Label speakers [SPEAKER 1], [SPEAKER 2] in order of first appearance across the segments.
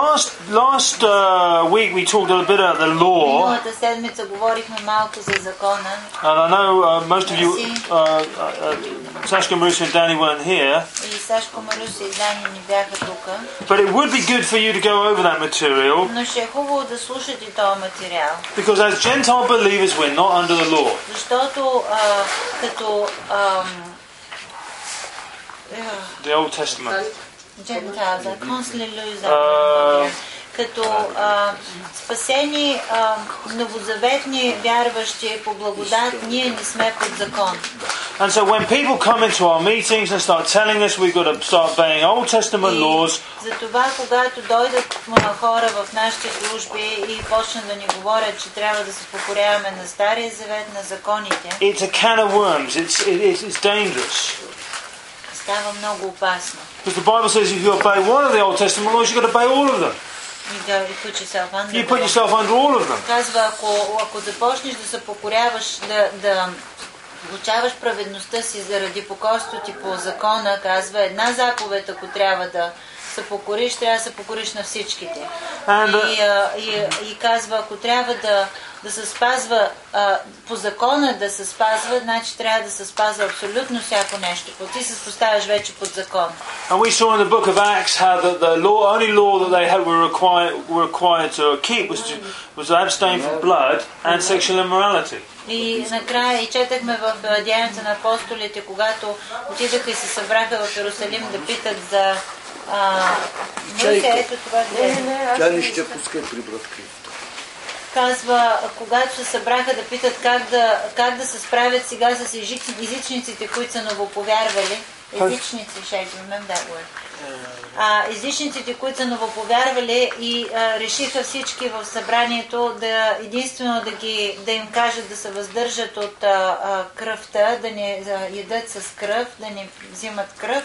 [SPEAKER 1] last last uh, week we talked a bit about the law, and
[SPEAKER 2] Миналата седмица говорихме малко за закона.
[SPEAKER 1] I know uh, most of you,
[SPEAKER 2] Yes.
[SPEAKER 1] uh, uh, uh, Sashka, Marisa, and Danny weren't here,
[SPEAKER 2] И Сашко Маруся и Дани не бяха тук.
[SPEAKER 1] but it would be good for you to go over that material
[SPEAKER 2] Но ще е хубаво да слушате този материал.
[SPEAKER 1] because as Gentile believers, we're not under the law.
[SPEAKER 2] Защото а, като ам, е, ех,
[SPEAKER 1] The Old Testament.
[SPEAKER 2] Gentiles are constantly losing.
[SPEAKER 1] А.
[SPEAKER 2] Като а, спасени а, новозаветни вярващи по благодат, ние не сме под закон.
[SPEAKER 1] And so when people come into our meetings and start telling us we've got to start obeying Old Testament
[SPEAKER 2] И
[SPEAKER 1] laws,
[SPEAKER 2] затова, когато дойдат а, хора в нашите служби и почнат да ни говорят, че трябва да се покоряваме на Стария завет, на законите,
[SPEAKER 1] it's a can of worms. It's, it, it's, it's dangerous.
[SPEAKER 2] става много опасно.
[SPEAKER 1] Because the Bible says if you obey one of the Old Testament laws, you've got to obey all of them.
[SPEAKER 2] И да и put yourself under
[SPEAKER 1] You
[SPEAKER 2] the
[SPEAKER 1] put
[SPEAKER 2] law.
[SPEAKER 1] yourself under all of them.
[SPEAKER 2] Казва, ако, ако започнеш да се покоряваш, да, да получаваш праведността си заради покорството ти по закона, казва една заповед, ако трябва да се покориш, трябва да се покориш на всичките.
[SPEAKER 1] And, uh,
[SPEAKER 2] И, а, и, и казва, ако трябва да, да се спазва а, по закона да се спазва, значи трябва да се спазва абсолютно всяко нещо. Ако ти се поставяш вече под закон.
[SPEAKER 1] And we saw in the book of Acts how the, the law, only law that they had were required, were required to keep was to, was to abstain from blood and sexual immorality.
[SPEAKER 2] И накрая и четахме в а, Деянията на апостолите, когато отидаха и се събраха в Иерусалим да питат за... А, Мусе,
[SPEAKER 3] Чайка.
[SPEAKER 2] ето това
[SPEAKER 4] Не,
[SPEAKER 2] къде
[SPEAKER 4] не,
[SPEAKER 2] е.
[SPEAKER 4] не, аз
[SPEAKER 3] Тя
[SPEAKER 4] не
[SPEAKER 3] не ще
[SPEAKER 4] искам.
[SPEAKER 3] пуска прибратки.
[SPEAKER 2] Казва, а, когато се събраха да питат как да, как да се справят сега с ежик- езичниците, които са новоповярвали. Езичници, ще remember that word. е. А, езичниците, които са новоповярвали и а, решиха всички в събранието да единствено да, ги, да им кажат да се въздържат от а, а, кръвта, да не а, ядат с кръв, да не взимат кръв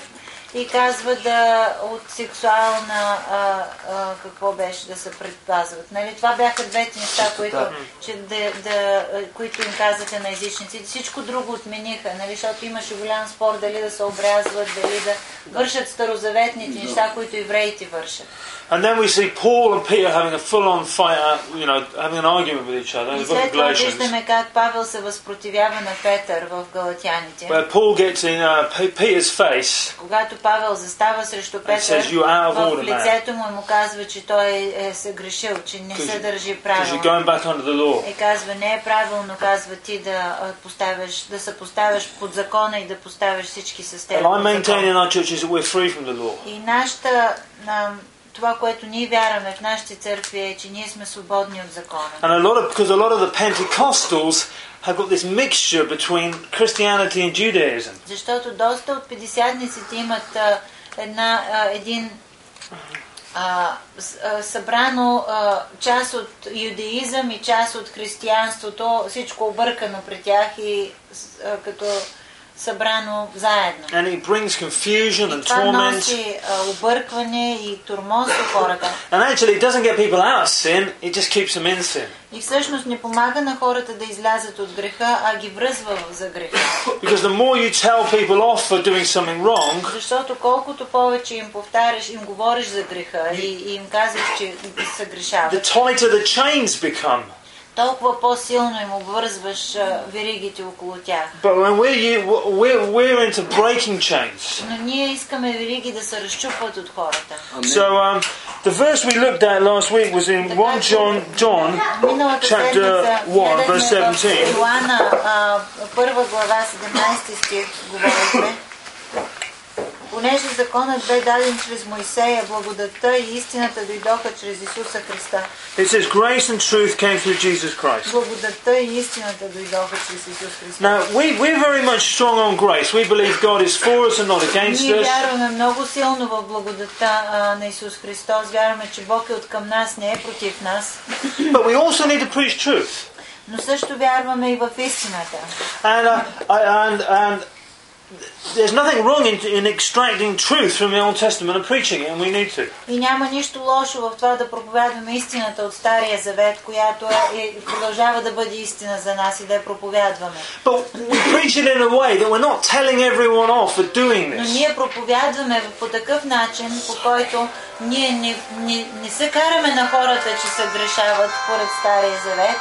[SPEAKER 2] и казва да от сексуална а, а, какво беше да се предпазват. Нали? Това бяха двете неща, които, че, да, да, а, които им казаха на езичниците. Всичко друго отмениха, нали? защото имаше голям спор дали да се обрязват, дали да вършат старозаветните неща, които евреите вършат.
[SPEAKER 1] And then we see Paul and Peter having a full-on fight, uh, you know, having an argument with each other in
[SPEAKER 2] И
[SPEAKER 1] "Oh, the book
[SPEAKER 2] след
[SPEAKER 1] of
[SPEAKER 2] това
[SPEAKER 1] Galatians,
[SPEAKER 2] виждаме как Павел се възпротивява на Петър в Галатяните.
[SPEAKER 1] where Paul gets in uh, P- Peter's face
[SPEAKER 2] Когато Павел застава срещу Петър,
[SPEAKER 1] says, "You are
[SPEAKER 2] в
[SPEAKER 1] all the man."
[SPEAKER 2] лицето му му казва, че той е се грешил, че не
[SPEAKER 1] Because
[SPEAKER 2] се
[SPEAKER 1] you- because
[SPEAKER 2] държи
[SPEAKER 1] you're
[SPEAKER 2] правилно.
[SPEAKER 1] going back under the law.
[SPEAKER 2] И казва, не е правилно, казва ти да, а, поставяш, да се поставяш под закона и да поставяš всички с теб.
[SPEAKER 1] And I
[SPEAKER 2] под
[SPEAKER 1] maintain in
[SPEAKER 2] закона.
[SPEAKER 1] our churches that we're free from the law.
[SPEAKER 2] И нашата, ам, това, което ние вярваме в нашите църкви е, че ние сме свободни от закона.
[SPEAKER 1] And a lot of because a lot of the Pentecostals have got this mixture between Christianity and Judaism.
[SPEAKER 2] Защото доста от пятдесятниците имат а, една, а, един а, с- а, събрано а, част от юдеизъм и част от християнството, всичко объркано при тях и с- а, като събрано заедно.
[SPEAKER 1] And it brings confusion and
[SPEAKER 2] Това
[SPEAKER 1] torment.
[SPEAKER 2] носи а, объркване и турмоз у хората.
[SPEAKER 1] And actually, it doesn't get people out of sin, it just keeps them in sin.
[SPEAKER 2] И всъщност не помага на хората да излязат от греха, а ги връзва в- за греха.
[SPEAKER 1] Because the more you tell people off for doing something wrong,
[SPEAKER 2] Защото колкото повече им повтаряш, им говориш за греха и, и им казваш, че са
[SPEAKER 1] the
[SPEAKER 2] грешават,
[SPEAKER 1] tighter the chains become.
[SPEAKER 2] толкова по-силно им обвързваш а, веригите около тях.
[SPEAKER 1] But when we're, you- we're, we're into breaking chains.
[SPEAKER 2] Но ние искаме вериги да се разчупват от хората.
[SPEAKER 1] So um, the verse we looked at last week was in 1 John, John
[SPEAKER 2] Миналата
[SPEAKER 1] chapter
[SPEAKER 2] седмица
[SPEAKER 1] 1, verse
[SPEAKER 2] гледахме в
[SPEAKER 1] 17.
[SPEAKER 2] Иоанна, а, първа глава, 17 стих, говорихме. Понеже законът бе даден чрез Моисея, благодатта и истината дойдоха чрез Исуса Христа.
[SPEAKER 1] It says, Grace and truth came through Jesus Christ.
[SPEAKER 2] Благодатта и истината дойдоха чрез Исус Христос.
[SPEAKER 1] Now, we, we're very much strong on grace. We believe God is for us and not against
[SPEAKER 2] Ние
[SPEAKER 1] us.
[SPEAKER 2] вярваме много силно в благодата а, на Исус Христос. Вярваме, че Бог е от към нас, не е против нас.
[SPEAKER 1] But we also need to preach truth.
[SPEAKER 2] Но също вярваме и в истината.
[SPEAKER 1] And, uh, I, and, and there's nothing wrong in, in extracting truth from the Old Testament and preaching it, and we need to.
[SPEAKER 2] И няма нищо лошо в това да проповядваме истината от Стария Завет, която е, е, продължава да бъде истина за нас и да я проповядваме.
[SPEAKER 1] But we preach it in a way that we're not telling everyone off for doing
[SPEAKER 2] Но
[SPEAKER 1] this.
[SPEAKER 2] ние проповядваме по такъв начин, по който ние не, не, не се караме на хората, че се грешават според Стария Завет,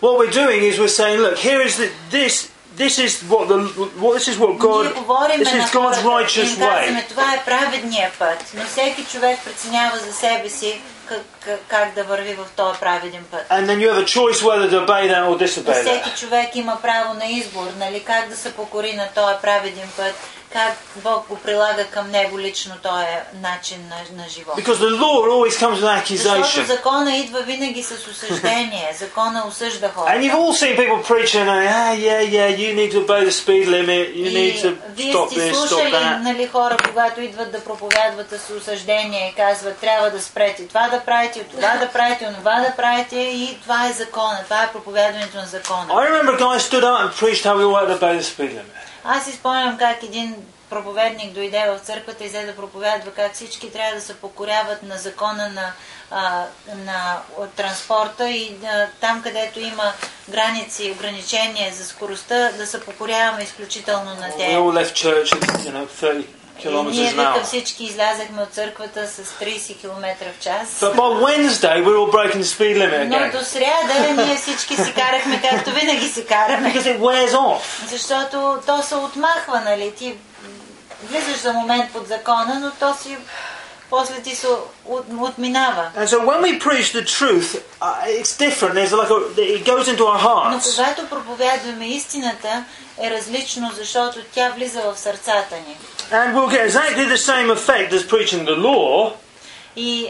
[SPEAKER 1] What we're doing is we're saying, look, here is the, this. This is what the what this is what
[SPEAKER 2] ние
[SPEAKER 1] God
[SPEAKER 2] говорим
[SPEAKER 1] this
[SPEAKER 2] на
[SPEAKER 1] is God's
[SPEAKER 2] хората и
[SPEAKER 1] righteous
[SPEAKER 2] им казваме,
[SPEAKER 1] way.
[SPEAKER 2] това е праведният път, но всеки човек преценява за себе си как, как, как да върви в този праведен път.
[SPEAKER 1] And then you have a choice whether to obey that or
[SPEAKER 2] И
[SPEAKER 1] disobey
[SPEAKER 2] всеки
[SPEAKER 1] that.
[SPEAKER 2] човек има право на избор, нали, как да се покори на този праведен път, как Бог го прилага към него лично този начин на, на живот.
[SPEAKER 1] Because the law always comes with
[SPEAKER 2] Защото
[SPEAKER 1] accusation.
[SPEAKER 2] закона идва винаги с осъждение. Закона осъжда
[SPEAKER 1] And
[SPEAKER 2] хората.
[SPEAKER 1] you've all seen people preaching, and ah, yeah, yeah, you need to obey the speed limit, you
[SPEAKER 2] И
[SPEAKER 1] need to
[SPEAKER 2] вие
[SPEAKER 1] stop
[SPEAKER 2] сте
[SPEAKER 1] this, stop
[SPEAKER 2] слушали
[SPEAKER 1] that.
[SPEAKER 2] нали, хора, когато идват да проповядват с осъждение и казват, трябва да спрете това да правите, от това да правите, от това да правите и това е закона, това е проповядването на закона.
[SPEAKER 1] I remember a guy stood up and preached how we all had to obey the speed limit.
[SPEAKER 2] Аз изпомням как един проповедник дойде в църквата и взе да проповядва как всички трябва да се покоряват на закона на, а, на транспорта и а, там, където има граници и ограничения за скоростта, да се покоряваме изключително на
[SPEAKER 1] We
[SPEAKER 2] те.
[SPEAKER 1] all left church at you know 30
[SPEAKER 2] И ние
[SPEAKER 1] kilometres an
[SPEAKER 2] вика
[SPEAKER 1] hour.
[SPEAKER 2] всички излязахме от църквата с 30 км в час.
[SPEAKER 1] But by Wednesday, we were all breaking the speed limit
[SPEAKER 2] Но
[SPEAKER 1] again
[SPEAKER 2] до сряда ние всички си карахме както винаги се караме.
[SPEAKER 1] because it wears off.
[SPEAKER 2] Защото то се отмахва, нали? Ти влизаш за момент под закона, но то си после ти се от, отминава.
[SPEAKER 1] And so when we preach the truth, uh, it's different. There's like a, it goes into our
[SPEAKER 2] Но
[SPEAKER 1] hearts.
[SPEAKER 2] когато проповядваме истината, е различно, защото тя влиза в сърцата ни.
[SPEAKER 1] And we'll get exactly the same effect as preaching the law,
[SPEAKER 2] И,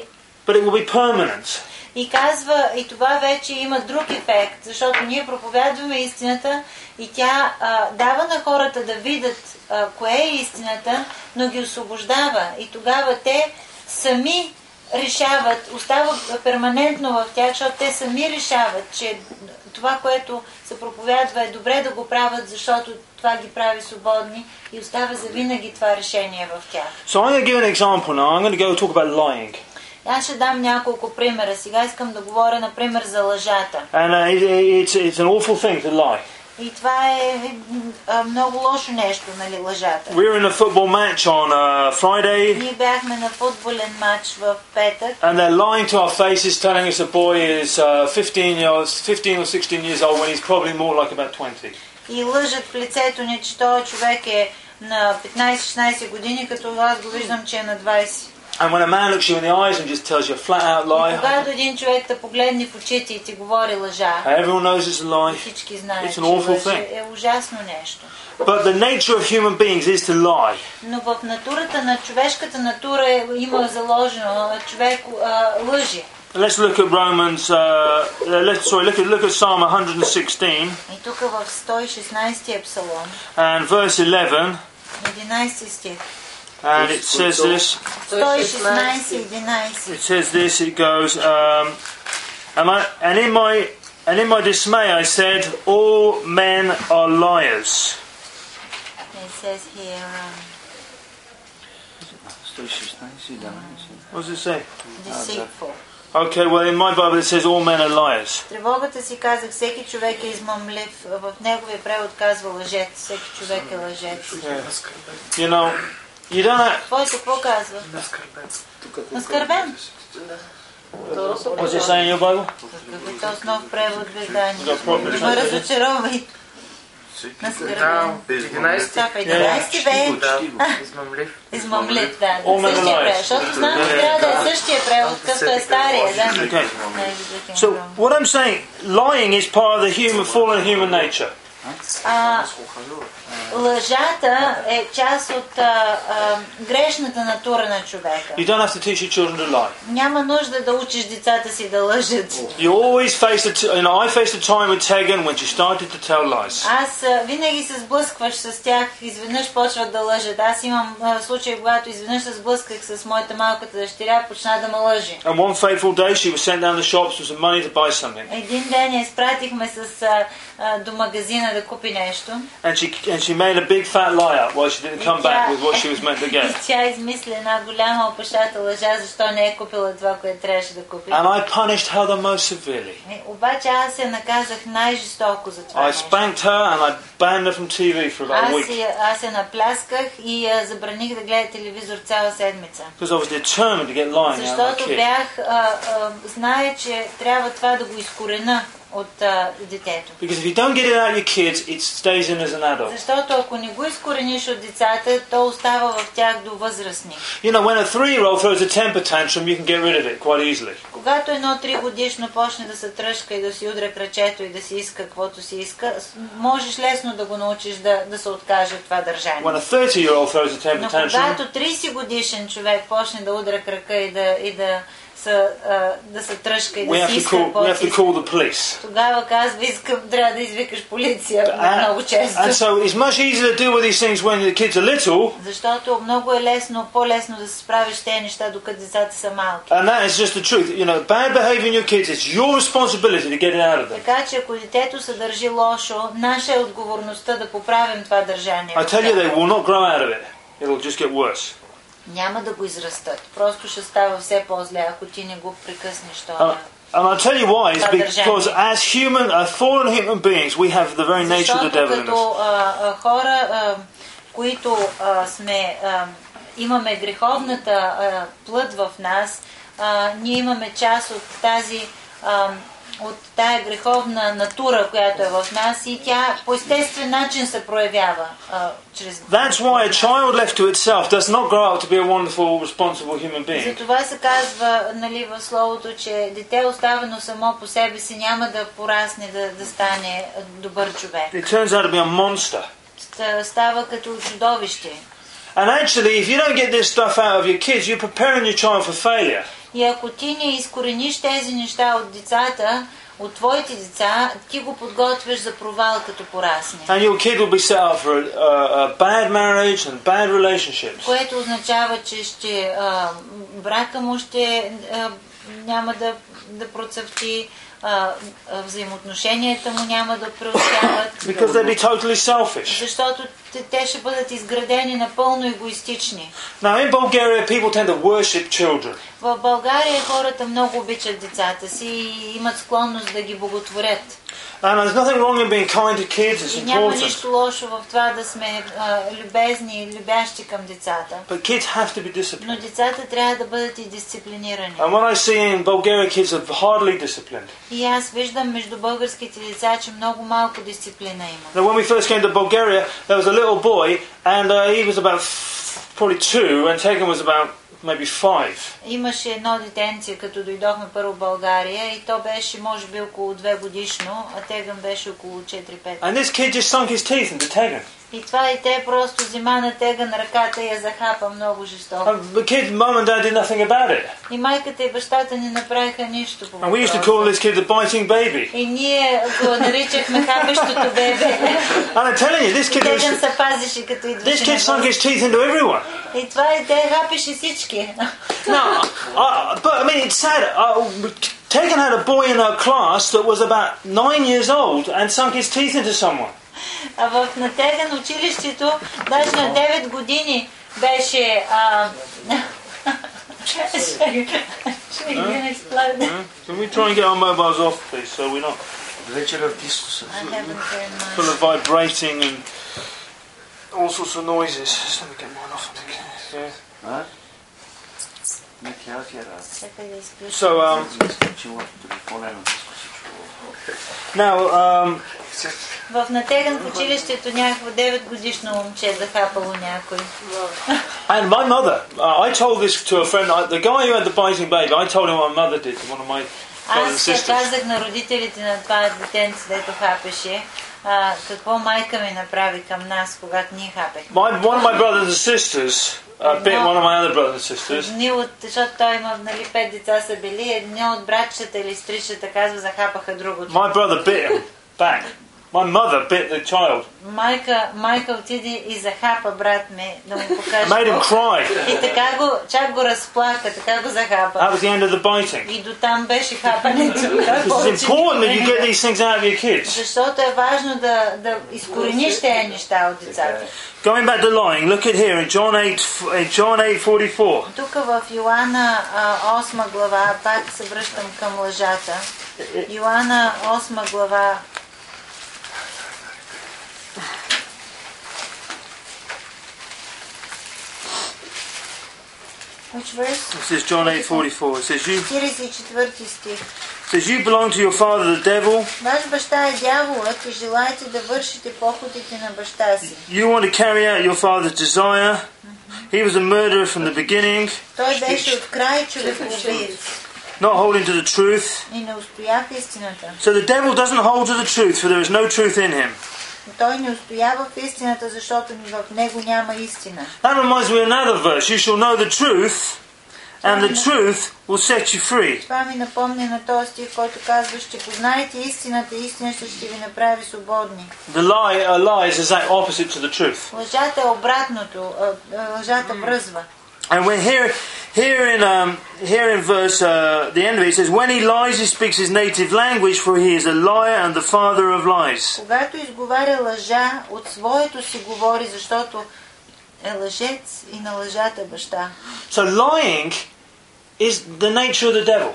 [SPEAKER 1] but it will be permanent.
[SPEAKER 2] и казва, и това вече има друг ефект, защото ние проповядваме истината и тя а, дава на хората да видят а, кое е истината, но ги освобождава. И тогава те сами решават, остава перманентно в тях, защото те сами решават, че това, което се проповядва е добре да го правят, защото това ги прави свободни и остава за винаги това решение в тях.
[SPEAKER 1] So I'm going to give an example now. I'm going to go talk about lying.
[SPEAKER 2] Аз ще дам няколко примера. Сега искам да говоря, например, за лъжата.
[SPEAKER 1] And uh, it, it's, it's an awful thing to lie.
[SPEAKER 2] И това е м, а, много лошо нещо, нали, лъжата.
[SPEAKER 1] We were in a football match on uh, Friday,
[SPEAKER 2] Ние бяхме на футболен матч в петък
[SPEAKER 1] and they're lying to our faces, telling us a boy is uh, 15, years, 15 or 16 years old when he's probably more like about 20.
[SPEAKER 2] и лъжат в лицето ни, че този човек е на 15-16 години, като аз го виждам, че е на 20.
[SPEAKER 1] And when a man looks you in the eyes and just tells you a flat out
[SPEAKER 2] И
[SPEAKER 1] lie,
[SPEAKER 2] когато един човек те погледне в очите и ти говори лъжа,
[SPEAKER 1] everyone knows it's a lie.
[SPEAKER 2] всички знаят,
[SPEAKER 1] It's
[SPEAKER 2] че
[SPEAKER 1] an awful
[SPEAKER 2] лъжа
[SPEAKER 1] thing.
[SPEAKER 2] е ужасно нещо.
[SPEAKER 1] But the nature of human beings is to lie.
[SPEAKER 2] Но в натурата на човешката натура е, има заложено а, човек а, лъжи.
[SPEAKER 1] Let's look at Romans. Uh, uh, let's sorry. Look at look at Psalm 116
[SPEAKER 2] И тук в 116 псалом,
[SPEAKER 1] and verse 11,
[SPEAKER 2] 11 стих,
[SPEAKER 1] and it says this.
[SPEAKER 2] 116, 11.
[SPEAKER 1] It says this. It goes. Um, and I and in my and in my dismay I said, all men are liars.
[SPEAKER 2] It says here, um,
[SPEAKER 1] What does it say?
[SPEAKER 2] deceitful.
[SPEAKER 1] Okay. Well, in my Bible it says all men are liars.
[SPEAKER 2] Тревогата си казах, всеки човек е измамлив. В неговия превод казва лъжец. Всеки човек е лъжец.
[SPEAKER 1] You know, you don't. Have,
[SPEAKER 2] Твоето какво казва?
[SPEAKER 3] е
[SPEAKER 2] Наскърбен.
[SPEAKER 1] what's it say in your Bible?
[SPEAKER 2] Какъв е този нов превод, Бетани?
[SPEAKER 1] Да, пробвай.
[SPEAKER 2] Не ме разочаровай. Наскърбен.
[SPEAKER 3] 11
[SPEAKER 2] Това в 11 век.
[SPEAKER 3] измамлив.
[SPEAKER 2] Измамлив, да.
[SPEAKER 1] All men are
[SPEAKER 2] Същия превод.
[SPEAKER 1] liars.
[SPEAKER 2] Защото знам, че трябва да е същия превод, какъвто е стария. Да.
[SPEAKER 1] Okay.
[SPEAKER 2] Не, Бетани,
[SPEAKER 1] So
[SPEAKER 2] да.
[SPEAKER 1] what I'm saying, lying is part of the human fallen human nature.
[SPEAKER 2] А, лъжата е част от а, а, грешната натура на човека.
[SPEAKER 1] You don't have to teach your children to lie.
[SPEAKER 2] Няма нужда да учиш децата си да лъжат.
[SPEAKER 1] You always face a, t- you know, I faced a time with Tegan when she started to tell lies.
[SPEAKER 2] Аз а, винаги се сблъскваш с тях, изведнъж почват да лъжат. Аз имам а, случай, когато изведнъж се сблъсках с моята малката дъщеря, почна да ме лъжи.
[SPEAKER 1] And one fateful day, she was sent down the shops with some money to buy something.
[SPEAKER 2] Един ден я изпратихме с, а, а, до магазина да купи нещо.
[SPEAKER 1] and she and she made a big fat lie up why she didn't come back with what she was meant to
[SPEAKER 2] И
[SPEAKER 1] get.
[SPEAKER 2] тя измисля една голяма опашата лъжа, защо не е купила това, което трябваше да купи.
[SPEAKER 1] And I punished her the most severely.
[SPEAKER 2] Е, Обаче аз я наказах най-жестоко за това
[SPEAKER 1] I
[SPEAKER 2] нещо.
[SPEAKER 1] spanked her and I banned her from TV for about a
[SPEAKER 2] Аз,
[SPEAKER 1] week
[SPEAKER 2] я, аз я наплясках и я забраних да гледа телевизор цяла седмица.
[SPEAKER 1] because I was determined to get lying out of my
[SPEAKER 2] Защото
[SPEAKER 1] kid.
[SPEAKER 2] бях, а, а, знае, че трябва това да го изкорена от а, детето.
[SPEAKER 1] Because if you don't get it out of your kids, it stays in as an adult.
[SPEAKER 2] Защото ако не го изкорениш от децата, то остава в тях до възрастни.
[SPEAKER 1] You know, when a three-year-old throws a temper tantrum, you can get rid of it quite easily.
[SPEAKER 2] Когато едно три годишно почне да се тръжка и да си удря кръчето и да си иска каквото си иска, с- можеш лесно да го научиш да, да се откаже от това държание.
[SPEAKER 1] When a 30-year-old throws a temper
[SPEAKER 2] Но
[SPEAKER 1] tantrum,
[SPEAKER 2] когато 30 годишен човек почне да удря крака и да, и да, са, а, да се тръжка и
[SPEAKER 1] we
[SPEAKER 2] да
[SPEAKER 1] have
[SPEAKER 2] си
[SPEAKER 1] to
[SPEAKER 2] иска
[SPEAKER 1] call we
[SPEAKER 2] каквото
[SPEAKER 1] have
[SPEAKER 2] си
[SPEAKER 1] to
[SPEAKER 2] иска,
[SPEAKER 1] call the police.
[SPEAKER 2] тогава казва, искам, трябва да извикаш полиция много
[SPEAKER 1] And,
[SPEAKER 2] често.
[SPEAKER 1] and so it's much easier to deal with these things when the kids are little,
[SPEAKER 2] Защото много е лесно, по-лесно да се справиш с тези nеща, докато децата са малки.
[SPEAKER 1] and that is just the truth. You know, bad behaviour in your kids, it's your responsibility to get it out of them.
[SPEAKER 2] Така че ако детето се държи лошо, наша е отговорността да поправим това държание.
[SPEAKER 1] I tell you, they will not grow out of it. It'll just get worse.
[SPEAKER 2] Няма да го израстат. Просто ще става все по-зле, ако ти не го прекъснеш това.
[SPEAKER 1] And, and I'll tell you why. It's
[SPEAKER 2] Father
[SPEAKER 1] because
[SPEAKER 2] Jamie.
[SPEAKER 1] as human, as fallen human beings, we have the very nature of the
[SPEAKER 2] Защото
[SPEAKER 1] devil in us.
[SPEAKER 2] като а, а, хора, а, които а, сме, а, имаме греховната а, плът в нас, а, ние имаме част от тази а, от тая греховна натура, която е в нас и тя по естествен начин се проявява а, чрез
[SPEAKER 1] That's why a child left to itself does not grow up to be a wonderful, responsible human being.
[SPEAKER 2] Затова се казва нали, в словото, че дете оставено само по себе си няма да порасне да, да стане добър човек.
[SPEAKER 1] It turns out to be a monster.
[SPEAKER 2] Ста- Става като чудовище.
[SPEAKER 1] And actually, if you don't get this stuff out of your kids, you're preparing your child for failure.
[SPEAKER 2] И ако ти не изкорениш тези неща от децата, от твоите деца, ти го подготвяш за провал като порасне.
[SPEAKER 1] And your kid will be set up for a, a, a bad marriage and bad relationships.
[SPEAKER 2] Което означава, че ще, а, брака му ще а, няма да, да процъфти, а, а, взаимоотношенията му няма да
[SPEAKER 1] Because
[SPEAKER 2] преуспяват.
[SPEAKER 1] they'll be totally selfish.
[SPEAKER 2] Защото те, те ще бъдат изградени напълно егоистични.
[SPEAKER 1] Now, in Bulgaria, people tend to worship children.
[SPEAKER 2] В България хората много обичат децата си и имат склонност да ги боготворят.
[SPEAKER 1] And there's nothing wrong in being kind to kids, it's
[SPEAKER 2] И няма
[SPEAKER 1] important.
[SPEAKER 2] нищо лошо в това да сме а, любезни и любящи към децата.
[SPEAKER 1] But kids have to be
[SPEAKER 2] Но
[SPEAKER 1] disciplined.
[SPEAKER 2] децата трябва да бъдат и дисциплинирани.
[SPEAKER 1] And what I see in Bulgaria, kids are hardly disciplined.
[SPEAKER 2] И аз виждам между българските деца, че много малко дисциплина има.
[SPEAKER 1] Now, when we first came to Bulgaria, there was a little boy, and uh, he was about f- probably two, and Tegan was about maybe five.
[SPEAKER 2] Имаше едно детенце, като дойдохме първо в България и то беше, може би, около 2 годишно, а Тегън беше около 4-5.
[SPEAKER 1] And this kid just sunk his teeth into Tegan.
[SPEAKER 2] И това и те просто взима на тега на ръката и я захапа много жестоко.
[SPEAKER 1] And the kid, mum and dad did nothing about it.
[SPEAKER 2] И майката и бащата не направиха нищо по
[SPEAKER 1] And we used to
[SPEAKER 2] въпроса.
[SPEAKER 1] call this kid the biting baby.
[SPEAKER 2] И ние го наричахме хапещото бебе.
[SPEAKER 1] And I'm telling you, this kid was,
[SPEAKER 2] Тегън се пазеше като
[SPEAKER 1] this
[SPEAKER 2] идваше
[SPEAKER 1] kid
[SPEAKER 2] на
[SPEAKER 1] sunk his teeth into everyone.
[SPEAKER 2] гост. И това и те хапеше всички.
[SPEAKER 1] No, I, but I mean, it's sad. Uh, Tegan had a boy in her class that was about nine years old and sunk his teeth into someone.
[SPEAKER 2] А в на Тегън училището, даже на 9 години беше... А... Ще- ще ги изплавя.
[SPEAKER 1] Can we try and get our mobiles off, please, so we're not
[SPEAKER 3] Вечера в дискуса.
[SPEAKER 2] I haven't very much.
[SPEAKER 1] full of vibrating and all sorts of noises. Just let me get mine off. I think. Yeah.
[SPEAKER 4] А? Не тя ти е раз.
[SPEAKER 2] Чакай да изключа.
[SPEAKER 1] So um,
[SPEAKER 4] Не изключила е телефона, не се чува.
[SPEAKER 1] now um,
[SPEAKER 2] В натеган в училището някакво 9 годишно момче е захапало някой.
[SPEAKER 1] And my mother, uh, I told this to a friend, I, the guy who had the biting baby, I told him what my mother did to one of my brothers and
[SPEAKER 2] Аз се
[SPEAKER 1] sisters.
[SPEAKER 2] казах на родителите на това детенце, дето хапеше, а, какво майка ми направи към нас, когато ние хапехме.
[SPEAKER 1] My, one of my brothers and sisters uh, bit one of my other brothers and sisters,
[SPEAKER 2] Едни от, защото той има нали, пет деца са били, едни от братчета или стричета, казва, захапаха другото.
[SPEAKER 1] my brother bit him back. My mother bit the child,
[SPEAKER 2] Майка, майка отиде и захапа брат ми да му покаже.
[SPEAKER 1] made him cry.
[SPEAKER 2] И така го, чак го разплака, така го захапа.
[SPEAKER 1] That was the end of the biting.
[SPEAKER 2] И до там беше хапането. Той повече
[SPEAKER 1] It's important that you
[SPEAKER 2] никога не
[SPEAKER 1] get these things out of your kids.
[SPEAKER 2] Защото е важно да, да изкорениш тези неща от децата.
[SPEAKER 1] Going back to lying, look at here in John 8, f- in John 8 44.
[SPEAKER 2] Тук в Йоанна а, 8 глава, пак се връщам към лъжата. Йоанна 8 глава. Which verse?
[SPEAKER 1] This is John 8 44. It says, you,
[SPEAKER 2] 44 стих.
[SPEAKER 1] says, You belong to your father, the devil.
[SPEAKER 2] Ваш баща е дяволът и желаете да вършите походите на баща си.
[SPEAKER 1] You want to carry out your father's desire. He was a murderer from the beginning,
[SPEAKER 2] Той беше от край човекоубиец
[SPEAKER 1] not holding to the truth.
[SPEAKER 2] и не устоя в истината.
[SPEAKER 1] So the devil doesn't hold to the truth, for there is no truth in him.
[SPEAKER 2] Той не устоява в истината, защото в него няма истина.
[SPEAKER 1] That reminds me of another verse. You shall know the truth, and the truth will set you free.
[SPEAKER 2] Това ми напомня на този стих, който казва, ще познаете истината и истината ще ви направи свободни.
[SPEAKER 1] The lie, a lie is exact opposite to the truth.
[SPEAKER 2] Лъжата е обратното, а, а, лъжата връзва.
[SPEAKER 1] And we're here, here in um, here in verse uh, the end of it, it says, "When he lies, he speaks his native language, for he is a liar and the father of lies."
[SPEAKER 2] Когато изговаря лъжа, от своето си говори, защото е лъжец и на лъжата е баща.
[SPEAKER 1] So lying is the nature of the devil.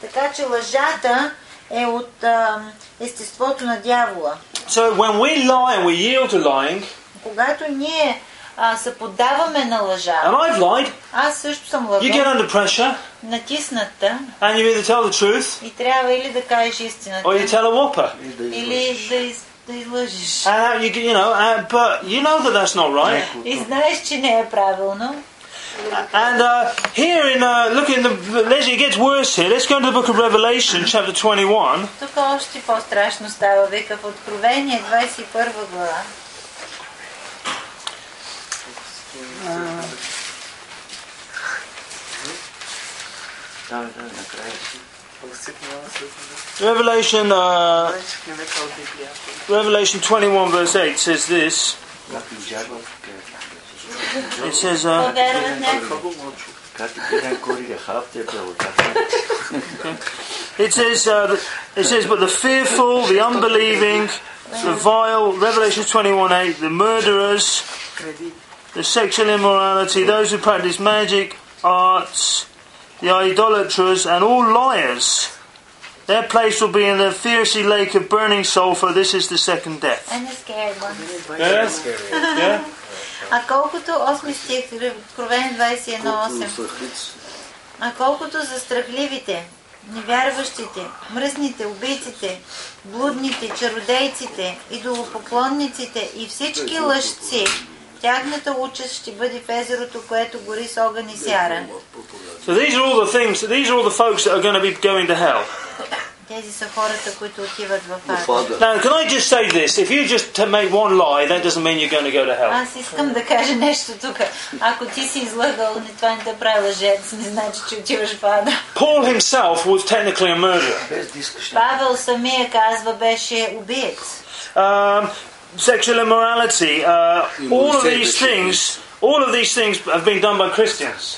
[SPEAKER 2] Така че лъжата е от а, естеството на дявола.
[SPEAKER 1] So when we lie and we yield to lying,
[SPEAKER 2] Когато ние а, се поддаваме на лъжа,
[SPEAKER 1] and I've lied,
[SPEAKER 2] аз също съм
[SPEAKER 1] you get
[SPEAKER 2] лъжа,
[SPEAKER 1] under pressure,
[SPEAKER 2] натисната
[SPEAKER 1] and you either tell the truth
[SPEAKER 2] и трябва или да кажеш
[SPEAKER 1] or you
[SPEAKER 2] истината,
[SPEAKER 1] tell a whopper.
[SPEAKER 4] И да
[SPEAKER 2] или да, из, да излъжиш.
[SPEAKER 1] And that you, get- you know, uh, but you know that that's not right.
[SPEAKER 2] И знаеш, че не е правилно.
[SPEAKER 1] And uh, here in uh, look in the Leslie, it gets worse here. Let's go to the book of Revelation, chapter twenty-one.
[SPEAKER 2] Тук още по-страшно става века в Откровение 21 глава.
[SPEAKER 4] Да, да, накрая.
[SPEAKER 1] Revelation. Uh,
[SPEAKER 3] от Библията.
[SPEAKER 1] Revelation 21 verse 8 says this.
[SPEAKER 4] Как изява, е.
[SPEAKER 1] It says, uh,
[SPEAKER 2] Повярват някакво.
[SPEAKER 4] как и пирен кори я хапте, бе, е от така.
[SPEAKER 1] it says, uh, th- it says, but the fearful, the unbelieving, the vile, Revelation 21 8, the murderers,
[SPEAKER 3] Кредит.
[SPEAKER 1] the sexual immorality, those who practice magic, arts, the idolaters, and all liars. Their place will be in the fiery lake of burning sulfur. This is the second death.
[SPEAKER 2] Е, не скей, бън.
[SPEAKER 1] Yes. Yeah.
[SPEAKER 2] А колкото 8 стих, Откровение 21.8. А колкото за страхливите, невярващите, мръсните, убийците, блудните, чародейците, идолопоклонниците и всички лъжци, тяхната участ ще бъде в езерото, което гори с огън и сяра.
[SPEAKER 1] So these are all the things. These are all the folks that are going to be going to hell.
[SPEAKER 2] Тези са хората, които отиват в ад.
[SPEAKER 5] Попада.
[SPEAKER 1] Now, can I just say this? If you just t- make one lie, that doesn't mean you're going to go to hell.
[SPEAKER 2] Аз искам да кажа нещо тук. Ако ти си излъгал, не това не те прави лъжец, не значи, че отиваш в ада.
[SPEAKER 1] Paul himself was technically a murderer.
[SPEAKER 4] Без да искаш
[SPEAKER 2] Павел самия казва, беше убиец.
[SPEAKER 1] Um, sexual immorality, uh, all of these things, all of these things have been done by Christians.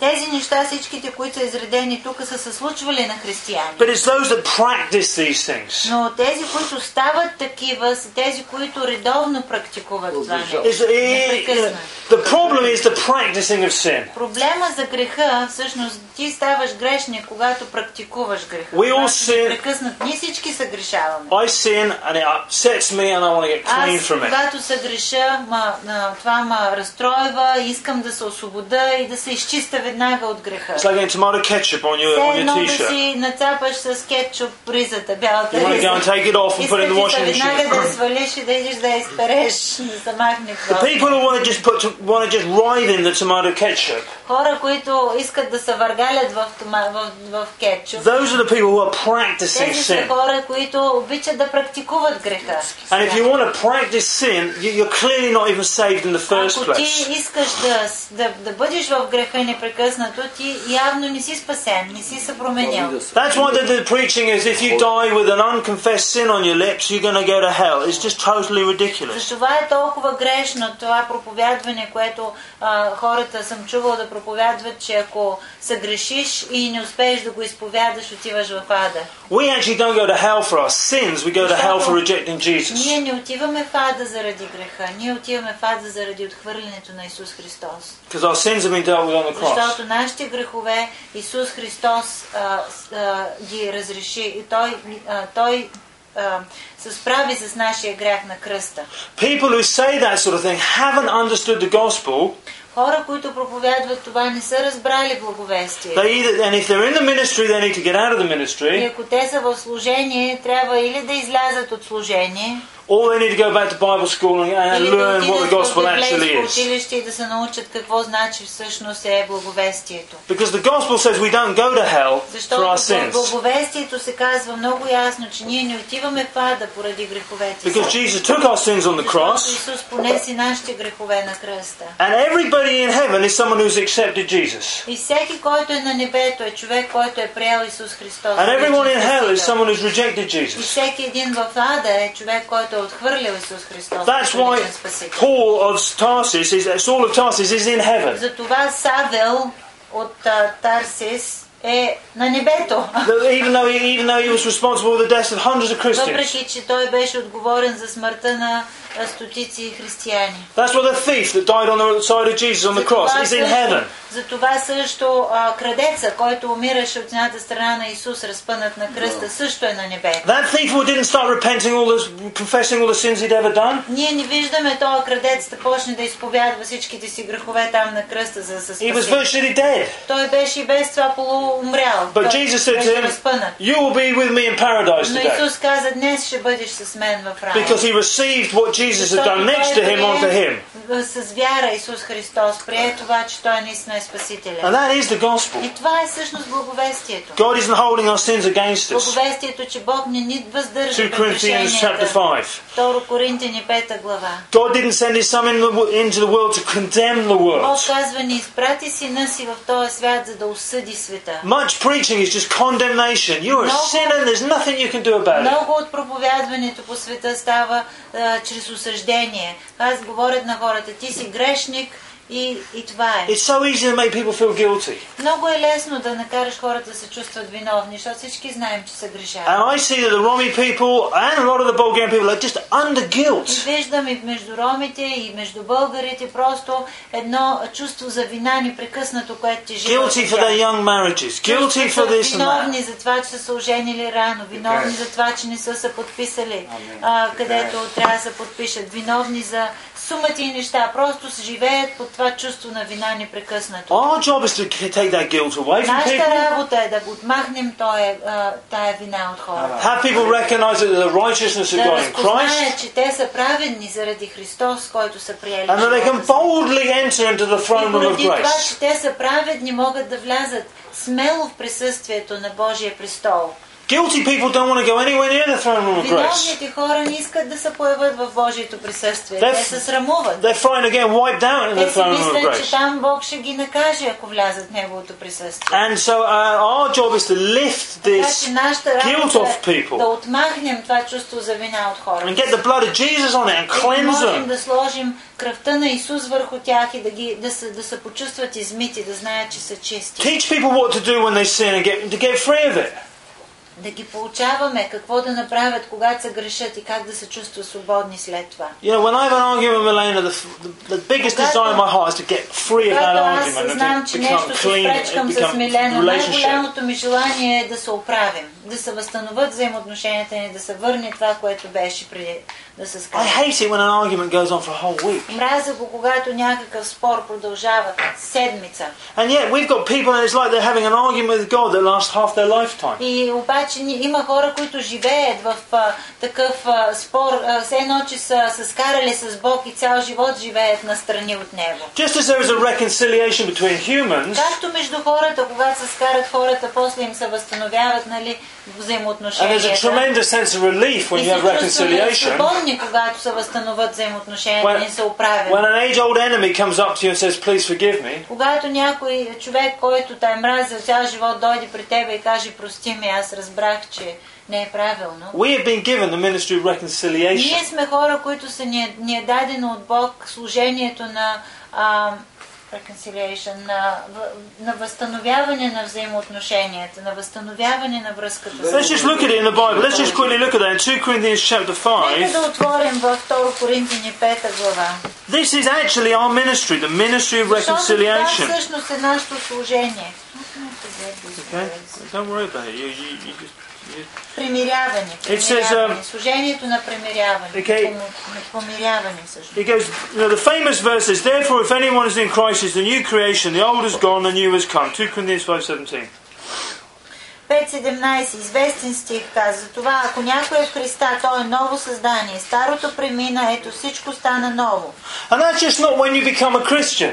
[SPEAKER 2] Тези неща, всичките, които са изредени тук, са се случвали на християни.
[SPEAKER 1] But it's those that practice these things.
[SPEAKER 2] Но тези, които стават такива, са тези, които редовно практикуват това нещо.
[SPEAKER 1] It's, it- it- the problem is the practicing of sin.
[SPEAKER 2] Проблема за греха, всъщност, ти ставаш грешник, когато практикуваш греха.
[SPEAKER 1] We all
[SPEAKER 2] Когато
[SPEAKER 1] sin.
[SPEAKER 2] непрекъснат. Ние всички съгрешаваме.
[SPEAKER 1] I sin and it upsets me and I want to get clean
[SPEAKER 2] Аз,
[SPEAKER 1] from it.
[SPEAKER 2] когато съгреша, ма, а, това ма разстройва, искам да се освобода и да се изчиста веднага от греха.
[SPEAKER 1] It's like getting tomato ketchup on your
[SPEAKER 2] Все
[SPEAKER 1] on
[SPEAKER 2] едно
[SPEAKER 1] your
[SPEAKER 2] да
[SPEAKER 1] t-shirt.
[SPEAKER 2] си нацапаш с кетчуп ризата,
[SPEAKER 1] You
[SPEAKER 2] бялата
[SPEAKER 1] want to go and
[SPEAKER 2] риза.
[SPEAKER 1] take it off and put it in
[SPEAKER 2] Искаш
[SPEAKER 1] the
[SPEAKER 2] да се
[SPEAKER 1] washing machine.
[SPEAKER 2] веднага да я свалиш и да идиш да я изпереш, да се махне
[SPEAKER 1] The
[SPEAKER 2] това.
[SPEAKER 1] people who want to just put want to just writhe in the tomato ketchup.
[SPEAKER 2] Хора, които искат да се въргалят в, тома, в, в кетчуп,
[SPEAKER 1] Those are the people who are practicing
[SPEAKER 2] тези са
[SPEAKER 1] sin.
[SPEAKER 2] хора, които обичат да практикуват греха.
[SPEAKER 1] And if you want to practice sin, you- you're clearly not even saved in the first
[SPEAKER 2] Ако ти
[SPEAKER 1] place.
[SPEAKER 2] искаш да, с- да, да бъдеш в греха и непрекъснато непрекъснато, ти явно не си спасен, не си се променил.
[SPEAKER 1] That's why the, the preaching is if you die with an unconfessed sin on your lips, you're going to go to hell. It's just totally ridiculous.
[SPEAKER 2] Затова е толкова грешно това проповядване, което а, хората съм чувал да проповядват, че ако съгрешиш и не успееш да го изповядаш, отиваш в ада.
[SPEAKER 1] We actually don't go to hell for our sins, we go to hell for rejecting
[SPEAKER 2] Ние
[SPEAKER 1] Jesus.
[SPEAKER 2] не отиваме в ада заради греха, ние отиваме в ада заради отхвърлянето на Исус Христос.
[SPEAKER 1] Because our sins have been dealt with on the cross.
[SPEAKER 2] Защото нашите грехове Исус Христос а, с- а, ги разреши и Той, а, той а, се справи с нашия грях на кръста.
[SPEAKER 1] People who say that sort of thing haven't understood the gospel.
[SPEAKER 2] Хора, които проповядват това, не са разбрали благовестие.
[SPEAKER 1] They either, and if they're in the ministry, they need to get out of the
[SPEAKER 2] И
[SPEAKER 1] ministry,
[SPEAKER 2] ако те са в служение, трябва или да излязат от служение,
[SPEAKER 1] or they need to go back to Bible school and, and
[SPEAKER 2] или да
[SPEAKER 1] learn what the
[SPEAKER 2] отидат в
[SPEAKER 1] gospel actually
[SPEAKER 2] библейско
[SPEAKER 1] is.
[SPEAKER 2] училище и да се научат какво значи всъщност е благовестието.
[SPEAKER 1] Because the gospel says we don't go to hell for
[SPEAKER 2] Защото
[SPEAKER 1] our
[SPEAKER 2] в
[SPEAKER 1] sins.
[SPEAKER 2] благовестието се казва много ясно, че ние не отиваме в ада поради греховете си.
[SPEAKER 1] Because Jesus took our sins on the
[SPEAKER 2] Защото
[SPEAKER 1] cross,
[SPEAKER 2] Исус понеси нашите грехове на кръста.
[SPEAKER 1] and everybody in heaven is someone who's accepted Jesus.
[SPEAKER 2] И всеки, който е на небето, е човек, който е приел Исус Христос.
[SPEAKER 1] And everyone in hell is
[SPEAKER 2] Спасител.
[SPEAKER 1] someone who's rejected
[SPEAKER 2] И
[SPEAKER 1] Jesus.
[SPEAKER 2] всеки един в ада е човек, който е отхвърлил Исус Христос.
[SPEAKER 1] That's
[SPEAKER 2] като
[SPEAKER 1] why
[SPEAKER 2] личен спасител.
[SPEAKER 1] Paul of Tarsus is Saul of Tarsus is in heaven.
[SPEAKER 2] Затова Савел от а, Тарсис е на небето.
[SPEAKER 1] Even though he, even though he was responsible for the deaths of hundreds of Christians.
[SPEAKER 2] Въпреки, че той беше отговорен за смъртта на а, стотици християни.
[SPEAKER 1] That's why the thief that died on the side of Jesus on the cross is in heaven.
[SPEAKER 2] затова също а, крадеца, който умираше от едната страна на Исус, разпънат на кръста, също е на небето.
[SPEAKER 1] That thief who didn't start repenting all this, confessing all the sins he'd ever done.
[SPEAKER 2] Ние не виждаме този крадец да почне да изповядва всичките си грехове там на кръста, за да се
[SPEAKER 1] He was
[SPEAKER 2] спаси.
[SPEAKER 1] virtually dead.
[SPEAKER 2] Той беше и без това полуумрял.
[SPEAKER 1] But
[SPEAKER 2] Той
[SPEAKER 1] Jesus said
[SPEAKER 2] беше
[SPEAKER 1] to him,
[SPEAKER 2] разпънат.
[SPEAKER 1] You will be with me in paradise
[SPEAKER 2] Но
[SPEAKER 1] today.
[SPEAKER 2] Исус каза, днес ще бъдеш с мен в рая.
[SPEAKER 1] Because he received what Jesus had
[SPEAKER 2] Защото
[SPEAKER 1] done next to
[SPEAKER 2] той
[SPEAKER 1] him onto
[SPEAKER 2] прие,
[SPEAKER 1] him.
[SPEAKER 2] а, С вяра Исус Христос прие това, че Той наистина е Спасителя.
[SPEAKER 1] And that is the gospel.
[SPEAKER 2] И това е всъщност благовестието.
[SPEAKER 1] God isn't holding our sins against us.
[SPEAKER 2] Благовестието, че Бог не ни
[SPEAKER 1] 2
[SPEAKER 2] въздържа пред
[SPEAKER 1] Corinthians chapter
[SPEAKER 2] грешенията.
[SPEAKER 1] 5.
[SPEAKER 2] 2 Коринтини 5 глава.
[SPEAKER 1] God didn't send his son in the, wo- into the world to condemn the world.
[SPEAKER 2] Бог казва, не изпрати сина си в този свят, за да осъди света.
[SPEAKER 1] Much preaching is just condemnation. You're a
[SPEAKER 2] No.
[SPEAKER 1] sinner and there's nothing you can do about it.
[SPEAKER 2] Много от проповядването по света става а, чрез осъждение. Аз говорят на хората, ти си грешник и, и това е.
[SPEAKER 1] It's so easy to make people feel guilty.
[SPEAKER 2] Много е лесно да накараш хората да се чувстват виновни, защото всички знаем, че са грешали.
[SPEAKER 1] And I see that the Romi people and a lot of the Bulgarian people are just under
[SPEAKER 2] И
[SPEAKER 1] guilt.
[SPEAKER 2] виждам и между ромите, и между българите просто едно чувство за вина непрекъснато, което ти живе.
[SPEAKER 1] Guilty for their young marriages, guilty for this and
[SPEAKER 2] виновни
[SPEAKER 1] that.
[SPEAKER 2] за това, че са се оженили рано, виновни за това, че не са се подписали а, където трябва да се подпишат, виновни за сумата и неща. Просто се живеят под това чувство на вина непрекъснато.
[SPEAKER 1] Our job is to c- take that guilt away from
[SPEAKER 2] Нашата
[SPEAKER 1] people,
[SPEAKER 2] работа е да го отмахнем тое, а, тая вина от хората.
[SPEAKER 1] have people recognize that they're the righteousness of
[SPEAKER 2] Да
[SPEAKER 1] God in Christ,
[SPEAKER 2] разпознаят, че те са праведни заради Христос, който са приели. в
[SPEAKER 1] and that they
[SPEAKER 2] живота
[SPEAKER 1] can
[SPEAKER 2] си.
[SPEAKER 1] boldly enter into the
[SPEAKER 2] И
[SPEAKER 1] throne room of
[SPEAKER 2] поради това,
[SPEAKER 1] grace.
[SPEAKER 2] че те са праведни, могат да влязат смело в присъствието на Божия престол.
[SPEAKER 1] Guilty people don't want to go anywhere near the throne room of grace.
[SPEAKER 2] Виновните хора не искат да се появят в Божието присъствие.
[SPEAKER 1] Те-
[SPEAKER 2] Те се срамуват.
[SPEAKER 1] They're frightened of getting wiped out in the
[SPEAKER 2] Те си
[SPEAKER 1] throne room of
[SPEAKER 2] мислят, че
[SPEAKER 1] grace.
[SPEAKER 2] там Бог ще ги накаже, ако влязат в Неговото присъствие.
[SPEAKER 1] And so uh, our job is to lift
[SPEAKER 2] Така
[SPEAKER 1] this
[SPEAKER 2] че нашата
[SPEAKER 1] guilt
[SPEAKER 2] работа
[SPEAKER 1] off
[SPEAKER 2] е да
[SPEAKER 1] people
[SPEAKER 2] отмахнем това чувство за вина от
[SPEAKER 1] and
[SPEAKER 2] хората.
[SPEAKER 1] get the blood of Jesus on it and
[SPEAKER 2] И да
[SPEAKER 1] cleanse
[SPEAKER 2] можем
[SPEAKER 1] them.
[SPEAKER 2] да сложим кръвта на Исус върху тях и да, ги, да, се, да се почувстват измити, да знаят, че са чисти.
[SPEAKER 1] Teach people what to do when they sin and get to get free of it.
[SPEAKER 2] Да ги получаваме какво да направят, когато се грешат и как да се чувстват свободни след това.
[SPEAKER 1] You know, when I have an argument with Elena, the, the, the biggest
[SPEAKER 2] Когато-
[SPEAKER 1] desire in my heart is to get free of that
[SPEAKER 2] Когато аз
[SPEAKER 1] argument
[SPEAKER 2] знам,
[SPEAKER 1] and
[SPEAKER 2] че
[SPEAKER 1] to become
[SPEAKER 2] нещо се
[SPEAKER 1] clean
[SPEAKER 2] спречкам
[SPEAKER 1] and
[SPEAKER 2] с
[SPEAKER 1] become
[SPEAKER 2] Милена,
[SPEAKER 1] relationship.
[SPEAKER 2] най-голямото ми желание е да се оправим, да се възстановят взаимоотношенията ни, да се върне това, което беше преди да се
[SPEAKER 1] I
[SPEAKER 2] скаже.
[SPEAKER 1] hate it when an argument goes on for a whole week.
[SPEAKER 2] Мразя го, когато някакъв спор продължава седмица.
[SPEAKER 1] And yet we've got people and it's like they're having an argument with God that lasts half their lifetime.
[SPEAKER 2] И обаче обаче ни- има хора, които живеят в а, такъв а, спор, а, все едно, че са се скарали с Бог и цял живот живеят настрани от Него.
[SPEAKER 1] Just as there is a reconciliation between humans,
[SPEAKER 2] Както между хората, когато се скарат хората, после им се възстановяват нали,
[SPEAKER 1] and there's a
[SPEAKER 2] взаимоотношенията.
[SPEAKER 1] tremendous sense of relief when
[SPEAKER 2] И
[SPEAKER 1] you have
[SPEAKER 2] се чувстваме
[SPEAKER 1] reconciliation,
[SPEAKER 2] свободни, когато се възстановят взаимоотношенията
[SPEAKER 1] When-
[SPEAKER 2] и се оправят.
[SPEAKER 1] when an age old enemy comes up to you and says, Please forgive me,
[SPEAKER 2] Когато някой човек, който те е мразил цял живот, дойде при тебе и каже, прости ми, аз разбрах, че не е правилно.
[SPEAKER 1] we have been given the ministry of reconciliation.
[SPEAKER 2] Ние сме хора, които са ни, е- ни е дадено от Бог служението на а, reconciliation, на, в- на възстановяване на взаимоотношенията, на възстановяване на връзката. с
[SPEAKER 1] Let's just look at it in the Bible. Let's just quickly look at that in 2 Corinthians chapter
[SPEAKER 2] Нека
[SPEAKER 1] 5.
[SPEAKER 2] да отворим във 2 Коринтини 5 глава.
[SPEAKER 1] This is actually our ministry, the ministry of
[SPEAKER 2] Защото това
[SPEAKER 1] reconciliation.
[SPEAKER 2] всъщност е нашето служение.
[SPEAKER 1] Okay? Don't worry about it. You, you, you just, you,
[SPEAKER 2] Примиряване.
[SPEAKER 1] It says,
[SPEAKER 2] примиряване.
[SPEAKER 1] um,
[SPEAKER 2] Служението на примиряване.
[SPEAKER 1] Okay.
[SPEAKER 2] Помо- на Помиряване също.
[SPEAKER 1] He goes, you know, the famous verse is, Therefore, if anyone is in Christ, is the new creation, the old is gone, the new has come. 2 Corinthians 5.17.
[SPEAKER 2] 5.17. Известен стих казва това. Ако някой е в Христа, той е ново създание. Старото премина, ето всичко стана ново.
[SPEAKER 1] And that's just not when you become a Christian.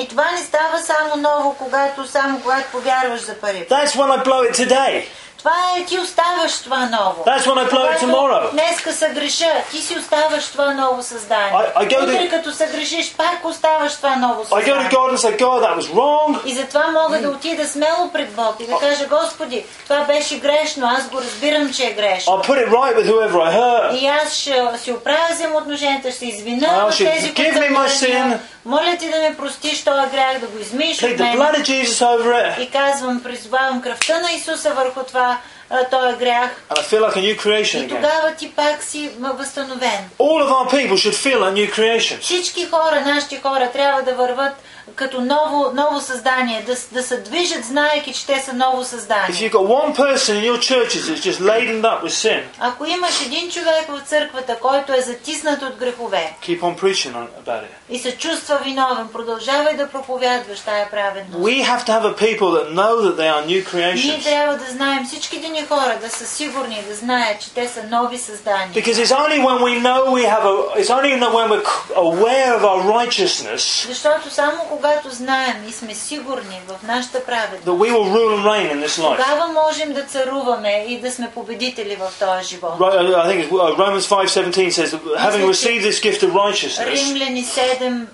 [SPEAKER 2] И това не става само ново, когато, само когато повярваш за пари.
[SPEAKER 1] That's when I blow it today.
[SPEAKER 2] Това е, ти оставаш това ново.
[SPEAKER 1] That's when I blow it
[SPEAKER 2] Когато
[SPEAKER 1] tomorrow.
[SPEAKER 2] Днеска се греша, ти си оставаш това ново създание.
[SPEAKER 1] I- I go to-
[SPEAKER 2] Утре като се грешиш, пак оставаш това ново
[SPEAKER 1] I go
[SPEAKER 2] създание.
[SPEAKER 1] to God and say, God, that was wrong.
[SPEAKER 2] И затова мога да отида смело пред Бог и да кажа, Господи, това беше грешно, аз го разбирам, че е грешно.
[SPEAKER 1] I'll put it right with whoever I hurt.
[SPEAKER 2] И аз ще си оправя взаимоотношенията, ще се
[SPEAKER 1] Now
[SPEAKER 2] извина на
[SPEAKER 1] she-
[SPEAKER 2] тези, които
[SPEAKER 1] forgive me
[SPEAKER 2] съм
[SPEAKER 1] my
[SPEAKER 2] наранила.
[SPEAKER 1] sin.
[SPEAKER 2] Моля ти да ме простиш този грях, да го измиеш
[SPEAKER 1] Plead
[SPEAKER 2] от
[SPEAKER 1] the
[SPEAKER 2] мен.
[SPEAKER 1] blood of Jesus over it.
[SPEAKER 2] И казвам, призовавам кръвта на Исуса върху това, а, този грях.
[SPEAKER 1] And I feel like a new creation
[SPEAKER 2] И
[SPEAKER 1] again.
[SPEAKER 2] тогава ти пак си м, възстановен.
[SPEAKER 1] All of our people should feel a new creation.
[SPEAKER 2] Всички хора, нашите хора, трябва да върват като ново, ново създание, да, с- да се движат, знаеки, че те са ново създание.
[SPEAKER 1] If you've got one person in your churches that's just laden up with sin,
[SPEAKER 2] Ако имаш един човек в църквата, който е затиснат от грехове
[SPEAKER 1] keep on preaching on, about it.
[SPEAKER 2] и се чувства виновен, продължавай да проповядваш тая праведност.
[SPEAKER 1] We have to have a people that know that they are new
[SPEAKER 2] Ние
[SPEAKER 1] creations.
[SPEAKER 2] трябва да знаем всичките ни хора, да са сигурни, да знаят, че те са нови създания.
[SPEAKER 1] Because it's only when we know we have a, it's only when we're aware of our righteousness
[SPEAKER 2] Защото само когато знаем и сме сигурни в нашата праведност,
[SPEAKER 1] that we will rule and reign in this life.
[SPEAKER 2] тогава можем да царуваме и да сме победители в този живот.
[SPEAKER 1] Ro- I think it's, uh, Romans 5.17 says, that having received this gift of righteousness,
[SPEAKER 2] Римляни 7,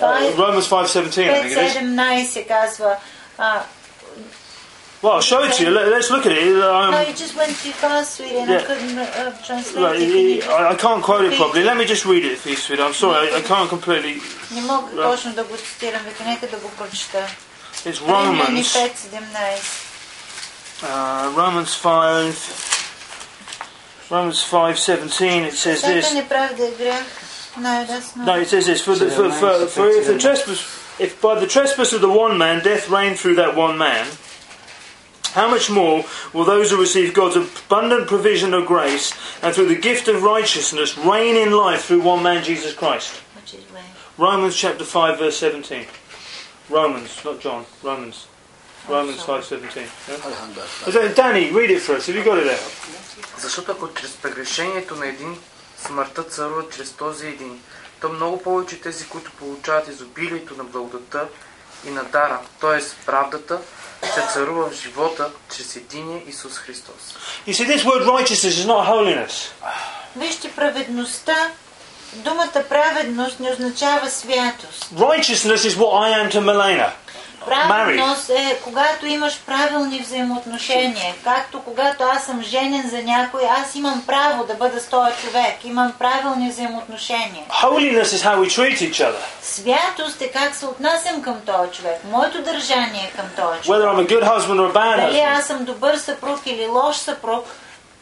[SPEAKER 1] uh, Romans 5.17 I think it is.
[SPEAKER 2] 5.17 казва а,
[SPEAKER 1] Well, I'll show it to you. Let, us look at it.
[SPEAKER 2] No,
[SPEAKER 1] Um,
[SPEAKER 2] you just went too fast, sweetie, and I
[SPEAKER 1] Yeah.
[SPEAKER 2] couldn't uh, translate
[SPEAKER 1] right,
[SPEAKER 2] it. Can you just-
[SPEAKER 1] I, I can't quote it properly. Let me just read it for you, sweetheart. I'm sorry, I, I can't completely...
[SPEAKER 2] Не мога
[SPEAKER 1] Да.
[SPEAKER 2] точно да го цитирам, века нека да го прочета.
[SPEAKER 1] It's
[SPEAKER 2] Римляни
[SPEAKER 1] Romans...
[SPEAKER 2] 5.17.
[SPEAKER 1] Uh, Romans 5 Romans 5:17 it says
[SPEAKER 2] Всяка
[SPEAKER 1] this
[SPEAKER 2] неправда е грях, най-ясно.
[SPEAKER 1] No it says this for, the, for, for, for if the trespass if by the trespass of the one man death reigned through that one man how much more will those who receive God's abundant provision of grace and through the gift of righteousness reign in life through one man Jesus Christ
[SPEAKER 2] Which is way.
[SPEAKER 1] Romans chapter 5 verse 17 Romans not John Romans Romans 5:17 yeah? So, Danny read it for us have you got it there
[SPEAKER 3] Защото ако чрез прегрешението на един смъртта царува чрез този един, то много повече тези, които получават изобилието на благодата и на дара, т.е. правдата, ще царува в живота чрез единия Исус Христос.
[SPEAKER 1] You see, this word righteousness is not holiness.
[SPEAKER 2] Вижте праведността. Думата праведност не означава святост.
[SPEAKER 1] Righteousness is what I am to Milena.
[SPEAKER 2] Праведност е когато имаш правилни взаимоотношения. Както когато аз съм женен за някой, аз имам право да бъда с този човек. Imам правилни взаимоотношения.
[SPEAKER 1] Holiness is how we treat each other.
[SPEAKER 2] Святост е как се отнасям към този човек, моето държание е към този човек.
[SPEAKER 1] Whether I'm a good husband or a bad
[SPEAKER 2] Дали
[SPEAKER 1] husband.
[SPEAKER 2] аз съм добър съпруг или лош съпруг,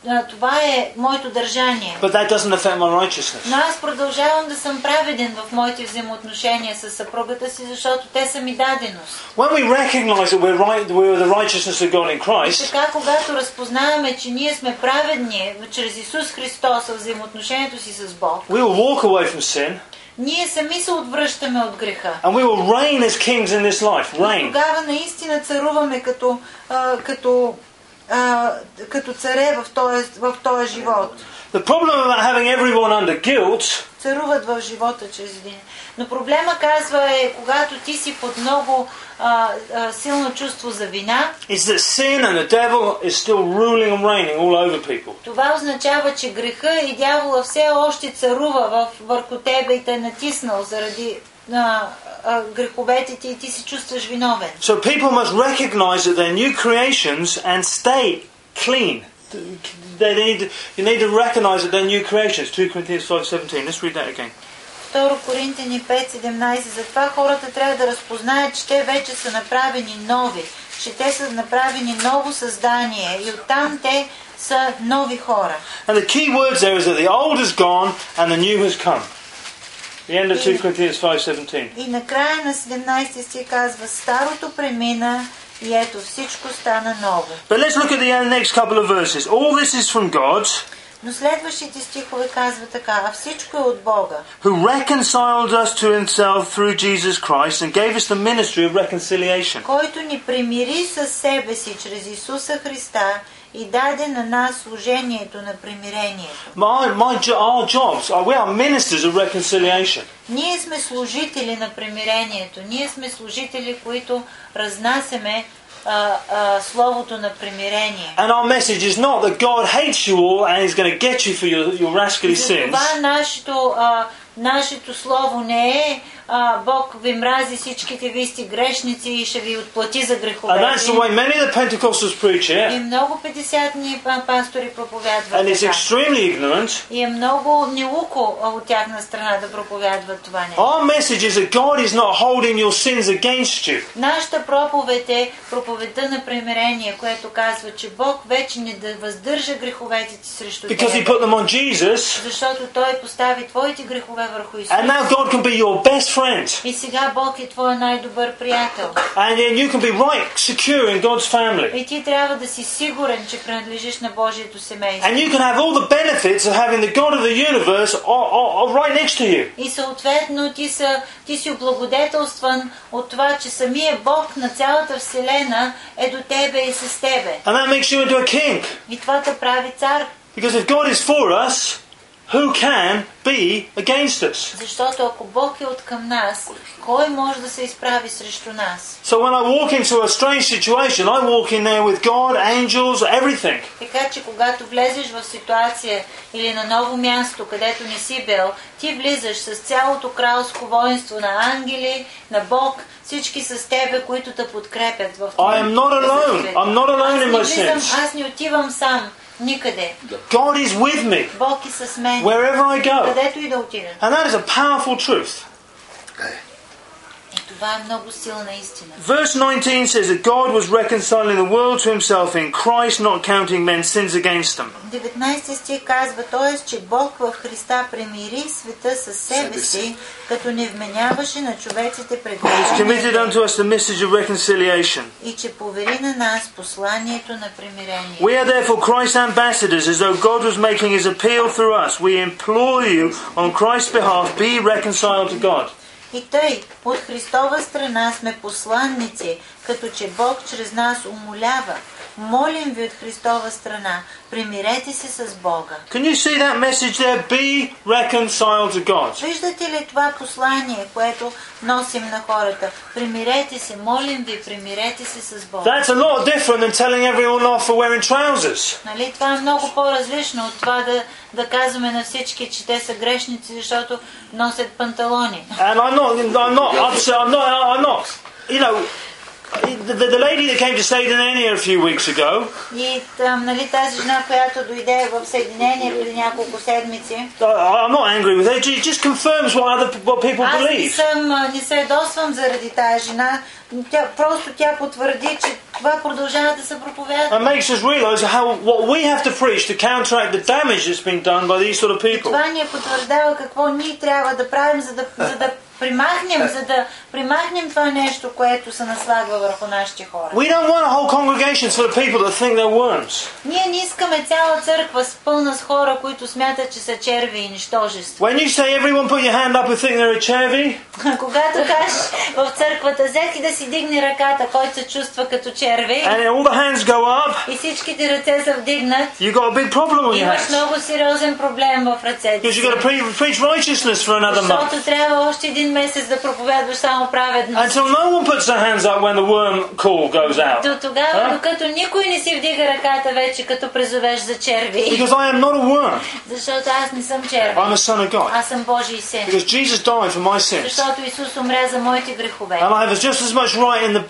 [SPEAKER 2] а, това е моето държание.
[SPEAKER 1] But that doesn't affect my righteousness.
[SPEAKER 2] Но аз продължавам да съм праведен в моите взаимоотношения с съпругата си, защото те са ми даденост.
[SPEAKER 1] When we recognize that we're, right, we're the righteousness of God in Christ,
[SPEAKER 2] Така, когато разпознаваме, че ние сме праведни чрез Исус Христос в взаимоотношението си с Бог,
[SPEAKER 1] we will walk away from sin
[SPEAKER 2] ние сами се отвръщаме от греха.
[SPEAKER 1] and we will reign as kings in this life.
[SPEAKER 2] И
[SPEAKER 1] Reign.
[SPEAKER 2] тогава наистина царуваме като, а, като а, като царе в този, в този живот.
[SPEAKER 1] The problem about having everyone under guilt
[SPEAKER 2] Царуват в живота чрез един. Но проблема, казва, е когато ти си под много а, а, силно чувство за вина,
[SPEAKER 1] is that sin and the devil is still ruling and reigning all over people.
[SPEAKER 2] това означава, че греха и дявола все още царува в, върху тебе и те е натиснал заради а, а, греховете ти и ти се чувстваш виновен.
[SPEAKER 1] So people must recognize that they're new creations and stay clean. They need, you need to recognize that they're new creations. 2 Corinthians 5.17. Let's read that again.
[SPEAKER 2] 2 Коринтини 5.17 Затова хората трябва да разпознаят, че те вече са направени нови, че те са направени ново създание и оттам те са нови хора.
[SPEAKER 1] And the key words there is that the old is gone and the new has come. The end of 2 Corinthians 5.17.
[SPEAKER 2] И накрая на 17 стих казва Старото премина и ето всичко стана ново.
[SPEAKER 1] But let's look at the uh, next couple of verses. All this is from God,
[SPEAKER 2] Но следващите стихове казва така, а всичко е от Бога,
[SPEAKER 1] who reconciled us to himself through Jesus Christ and gave us the ministry of reconciliation.
[SPEAKER 2] който ни примири със себе си чрез Исуса Христа и даде на нас служението на примирението.
[SPEAKER 1] My, my, jo- our jobs, are, we are ministers of reconciliation.
[SPEAKER 2] Ние сме служители на примирението. Ние сме служители, които разнасяме а, а, словото на примирение.
[SPEAKER 1] And our message is not that God hates you all and he's going to get you for your, your rascally
[SPEAKER 2] И за
[SPEAKER 1] sins.
[SPEAKER 2] това нашето, а, нашето слово не е а, Бог ви мрази всичките ви сте грешници и ще ви отплати за
[SPEAKER 1] And that's
[SPEAKER 2] греховете.
[SPEAKER 1] the way many of the Pentecostals preach
[SPEAKER 2] И
[SPEAKER 1] it.
[SPEAKER 2] много петдесятни па- пастори проповядват
[SPEAKER 1] And it's
[SPEAKER 2] така.
[SPEAKER 1] extremely ignorant.
[SPEAKER 2] И е много неуко а, от тяхна страна да проповядват това нещо.
[SPEAKER 1] Our message is that God is not holding your sins against you.
[SPEAKER 2] Нашата проповед е проповедта на примирение, което казва, че Бог вече не да въздържа греховете ти срещу
[SPEAKER 1] Because he
[SPEAKER 2] теб,
[SPEAKER 1] put them on Jesus.
[SPEAKER 2] защото Той постави твоите грехове върху Исус.
[SPEAKER 1] And now God can be your best friend.
[SPEAKER 2] И сега Бог е твой най-добър приятел.
[SPEAKER 1] And then you can be right secure in God's family.
[SPEAKER 2] И ти трябва да си сигурен, че принадлежиш на Божието семейство.
[SPEAKER 1] And you can have all the benefits of having the God of the universe o- o- o- right next to you.
[SPEAKER 2] И съответно ти, са, ти си облагодетелстван от това, че самия Бог на цялата Вселена е до тебе и с тебе.
[SPEAKER 1] And that makes you into a king.
[SPEAKER 2] И това те прави цар,
[SPEAKER 1] Because if God is for us, who can be against us?
[SPEAKER 2] Защото ако Бог е от към нас, кой може да се изправи срещу нас?
[SPEAKER 1] So when I walk into a strange situation, I walk in there with God, angels, everything.
[SPEAKER 2] Така че когато влезеш в ситуация или на ново място, където не си бил, ти влизаш с цялото кралско воинство на ангели, на Бог, всички с тебе, които те подкрепят в това.
[SPEAKER 1] I am not alone. I'm not
[SPEAKER 2] Аз
[SPEAKER 1] alone
[SPEAKER 2] не
[SPEAKER 1] in my
[SPEAKER 2] влизам,
[SPEAKER 1] sins.
[SPEAKER 2] аз не отивам сам никъде.
[SPEAKER 1] God is with me
[SPEAKER 2] Бог е с мен,
[SPEAKER 1] wherever I go.
[SPEAKER 2] където и да отида.
[SPEAKER 1] And that is a powerful truth.
[SPEAKER 2] И това е много силна истина.
[SPEAKER 1] Verse 19 says that God was reconciling the world to himself in Christ, not counting men's sins against them.
[SPEAKER 2] 19 стих казва, т.е. че Бог в Христа премири света със себе си, като не вменяваше на човеците
[SPEAKER 1] He's committed
[SPEAKER 2] прегрешенията
[SPEAKER 1] unto us the message of reconciliation.
[SPEAKER 2] и че повери на нас посланието на примирение.
[SPEAKER 1] We are therefore Christ's ambassadors, as though God was making his appeal through us. We implore you, on Christ's behalf, be reconciled to God.
[SPEAKER 2] И тъй, от Христова страна сме посланници, като че Бог чрез нас умолява. Молим ви от Христова страна, примирете се с Бога.
[SPEAKER 1] Can you see that message there? Be reconciled to God.
[SPEAKER 2] Виждате ли това послание, което носим на хората? Примирете се, молим ви, примирете се с Бога.
[SPEAKER 1] That's a lot different than telling everyone off for wearing trousers.
[SPEAKER 2] Нали? Това е много по-различно от това да, да казваме на всички, че те са грешници, защото носят панталони.
[SPEAKER 1] And I'm not, I'm not upset, I'm not, I'm not, you know, the, the lady that came to Saydon E a few weeks ago,
[SPEAKER 2] И там, нали, тази жена, която дойде в Съединение преди няколко седмици,
[SPEAKER 1] I- uh, I'm not angry with her, she just confirms what other what people
[SPEAKER 2] аз не,
[SPEAKER 1] believe.
[SPEAKER 2] съм, а, не се ядосвам заради тази жена, но тя, просто тя потвърди, че това продължава да се проповядва.
[SPEAKER 1] and makes us realise how what we have to preach to counteract the damage that's been done by these sort of people.
[SPEAKER 2] Това ни е потвърждава какво ние трябва да правим, за да, за да примахнем, за да примахнем това нещо, което се наслагва върху нашите хора.
[SPEAKER 1] We don't want whole congregations full of people that think they're worms.
[SPEAKER 2] Ние не искаме цяла църква с пълна с хора, които смятат, че са черви и нищожество.
[SPEAKER 1] When you say everyone put your hand up who think they're a chervy,
[SPEAKER 2] Когато кажеш в църквата, всеки да си дигне ръката, който се чувства като черви,
[SPEAKER 1] and then all the hands go up,
[SPEAKER 2] и всичките ръце са вдигнат,
[SPEAKER 1] you got a big problem on your
[SPEAKER 2] имаш
[SPEAKER 1] hands.
[SPEAKER 2] много сериозен проблем в ръцете.
[SPEAKER 1] Because
[SPEAKER 2] си.
[SPEAKER 1] you've got to pre- preach righteousness for another month.
[SPEAKER 2] Защото трябва още един месец да проповядваш само праведност.
[SPEAKER 1] Until no one puts their hands up when the worm call goes out.
[SPEAKER 2] До тогава,
[SPEAKER 1] А?
[SPEAKER 2] докато никой не си вдига ръката вече, като призовеш за черви.
[SPEAKER 1] Because I am not a worm.
[SPEAKER 2] Защото аз не съм черви.
[SPEAKER 1] I'm a son of God.
[SPEAKER 2] Аз съм Божий син.
[SPEAKER 1] Because Jesus died for my sins.
[SPEAKER 2] Защото Исус умря за моите грехове.
[SPEAKER 1] And I have just as much right in the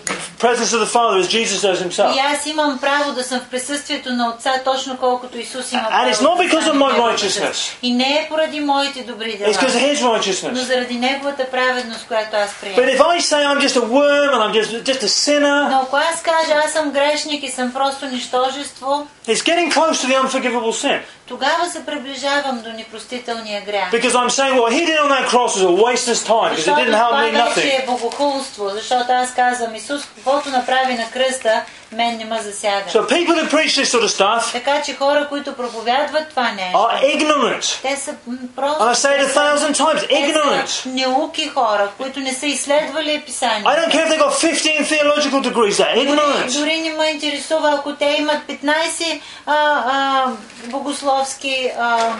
[SPEAKER 1] presence of the Father as Jesus does himself.
[SPEAKER 2] И аз имам право да съм в присъствието на Отца, точно колкото Исус има
[SPEAKER 1] And
[SPEAKER 2] право.
[SPEAKER 1] it's not
[SPEAKER 2] да
[SPEAKER 1] because
[SPEAKER 2] стане
[SPEAKER 1] of my
[SPEAKER 2] Негова
[SPEAKER 1] righteousness.
[SPEAKER 2] присъст. И не е поради моите добри
[SPEAKER 1] It's because of
[SPEAKER 2] дела,
[SPEAKER 1] his
[SPEAKER 2] но
[SPEAKER 1] righteousness.
[SPEAKER 2] заради Неговата праведност, която аз
[SPEAKER 1] But
[SPEAKER 2] приемам.
[SPEAKER 1] if I say I'm just a worm and I'm just, just a sinner,
[SPEAKER 2] Но ако аз кажа, аз съм грешник и съм просто нищожество,
[SPEAKER 1] it's getting close to the unforgivable sin.
[SPEAKER 2] тогава се приближавам до непростителния грях.
[SPEAKER 1] Because I'm saying what he did on that cross was a wasteless time because it
[SPEAKER 2] Защото
[SPEAKER 1] didn't help
[SPEAKER 2] това
[SPEAKER 1] me
[SPEAKER 2] вече
[SPEAKER 1] nothing.
[SPEAKER 2] е богохулство, защото аз казвам, Исус, каквото направи на кръста, мен не ме засяга.
[SPEAKER 1] So people that preach this sort of stuff
[SPEAKER 2] Така че хора, които проповядват това нещо,
[SPEAKER 1] are ignorant.
[SPEAKER 2] те са м, просто...
[SPEAKER 1] And I say it a thousand times,
[SPEAKER 2] Те Е, са
[SPEAKER 1] ignorant.
[SPEAKER 2] Неуки хора, които не са изследвали писанието.
[SPEAKER 1] I don't care if they got 15 theological degrees, they're ignorant.
[SPEAKER 2] Дори не ме интересува, ако те имат 15 а, а, богословски, а,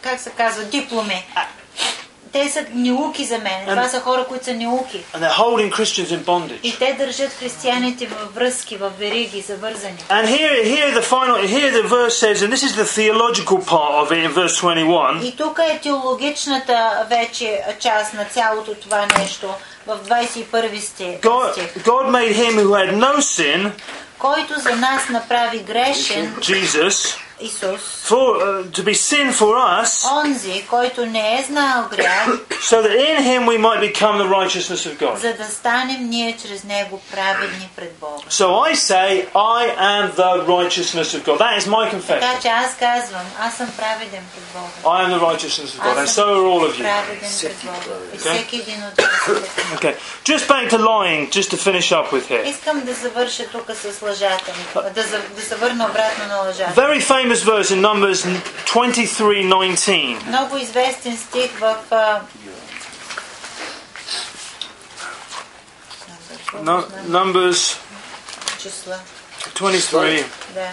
[SPEAKER 2] как се казва, дипломи. Те са неуки за
[SPEAKER 1] Ами.
[SPEAKER 2] мен. Това са хора, които са неуки.
[SPEAKER 1] And they're holding Christians in
[SPEAKER 2] И
[SPEAKER 1] bondage.
[SPEAKER 2] те държат християните във връзки, във вериги, завързани.
[SPEAKER 1] And here, here the final, here the verse says, and this is the theological part of it in verse 21.
[SPEAKER 2] И тук е теологичната вече част на цялото това нещо в 21 сте-
[SPEAKER 1] God,
[SPEAKER 2] стих.
[SPEAKER 1] God made him who had no sin,
[SPEAKER 2] Който за нас направи грешен
[SPEAKER 1] Jesus,
[SPEAKER 2] Исус,
[SPEAKER 1] for uh, to be sin for us,
[SPEAKER 2] онзи, който не е знаел грях,
[SPEAKER 1] so that in him we might become the righteousness of God.
[SPEAKER 2] за да станем ние чрез него праведни пред Бога.
[SPEAKER 1] So I say, I am the righteousness of God. That is my
[SPEAKER 2] Така
[SPEAKER 1] confession.
[SPEAKER 2] че аз казвам, аз съм праведен пред Бога.
[SPEAKER 1] I am the righteousness of God, and
[SPEAKER 2] Аз
[SPEAKER 1] so
[SPEAKER 2] съм
[SPEAKER 1] are all of you.
[SPEAKER 2] праведен пред Бога. И всеки един от вас. е така.
[SPEAKER 1] Okay, just back to lying, just to finish up with here.
[SPEAKER 2] Искам да завърша тук с лъжата ми. Да, за- да се върна обратно на лъжата.
[SPEAKER 1] Very famous verse in Numbers 23:19.
[SPEAKER 2] Много известен стих в... а,
[SPEAKER 1] No, Numbers
[SPEAKER 2] числа.
[SPEAKER 1] 23.
[SPEAKER 2] Да.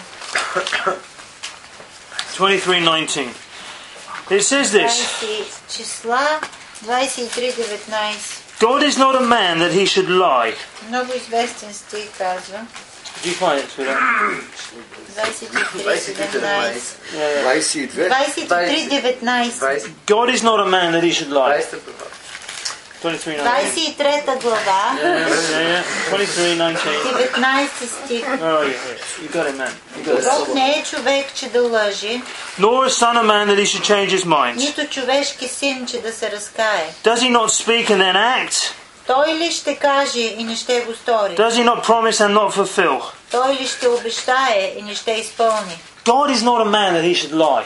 [SPEAKER 1] 23:19. It says this:
[SPEAKER 2] 20 числа 23.19.
[SPEAKER 1] God is not a man that he should lie.
[SPEAKER 2] Много известен стих казва.
[SPEAKER 1] Do you find it, sweetheart?
[SPEAKER 2] 23.19.
[SPEAKER 4] 22.
[SPEAKER 2] 23.19.
[SPEAKER 3] 20,
[SPEAKER 1] God is not a man that he should lie.
[SPEAKER 3] 20 глава.
[SPEAKER 1] 23:19.
[SPEAKER 2] 23 глава,
[SPEAKER 1] Yeah, yeah, 23:19.
[SPEAKER 2] 19 стих.
[SPEAKER 1] Where are you? You got it, man.
[SPEAKER 2] Бог не е човек, че да лъжи,
[SPEAKER 1] Nor a son of man that he should change his mind.
[SPEAKER 2] нито човешки син, че да се разкае.
[SPEAKER 1] Does he not speak and then act?
[SPEAKER 2] Той ли ще каже и не ще го стори?
[SPEAKER 1] Does he not promise and not fulfill?
[SPEAKER 2] Той ли ще обещае и не ще изпълни?
[SPEAKER 1] God is not a man that he should lie.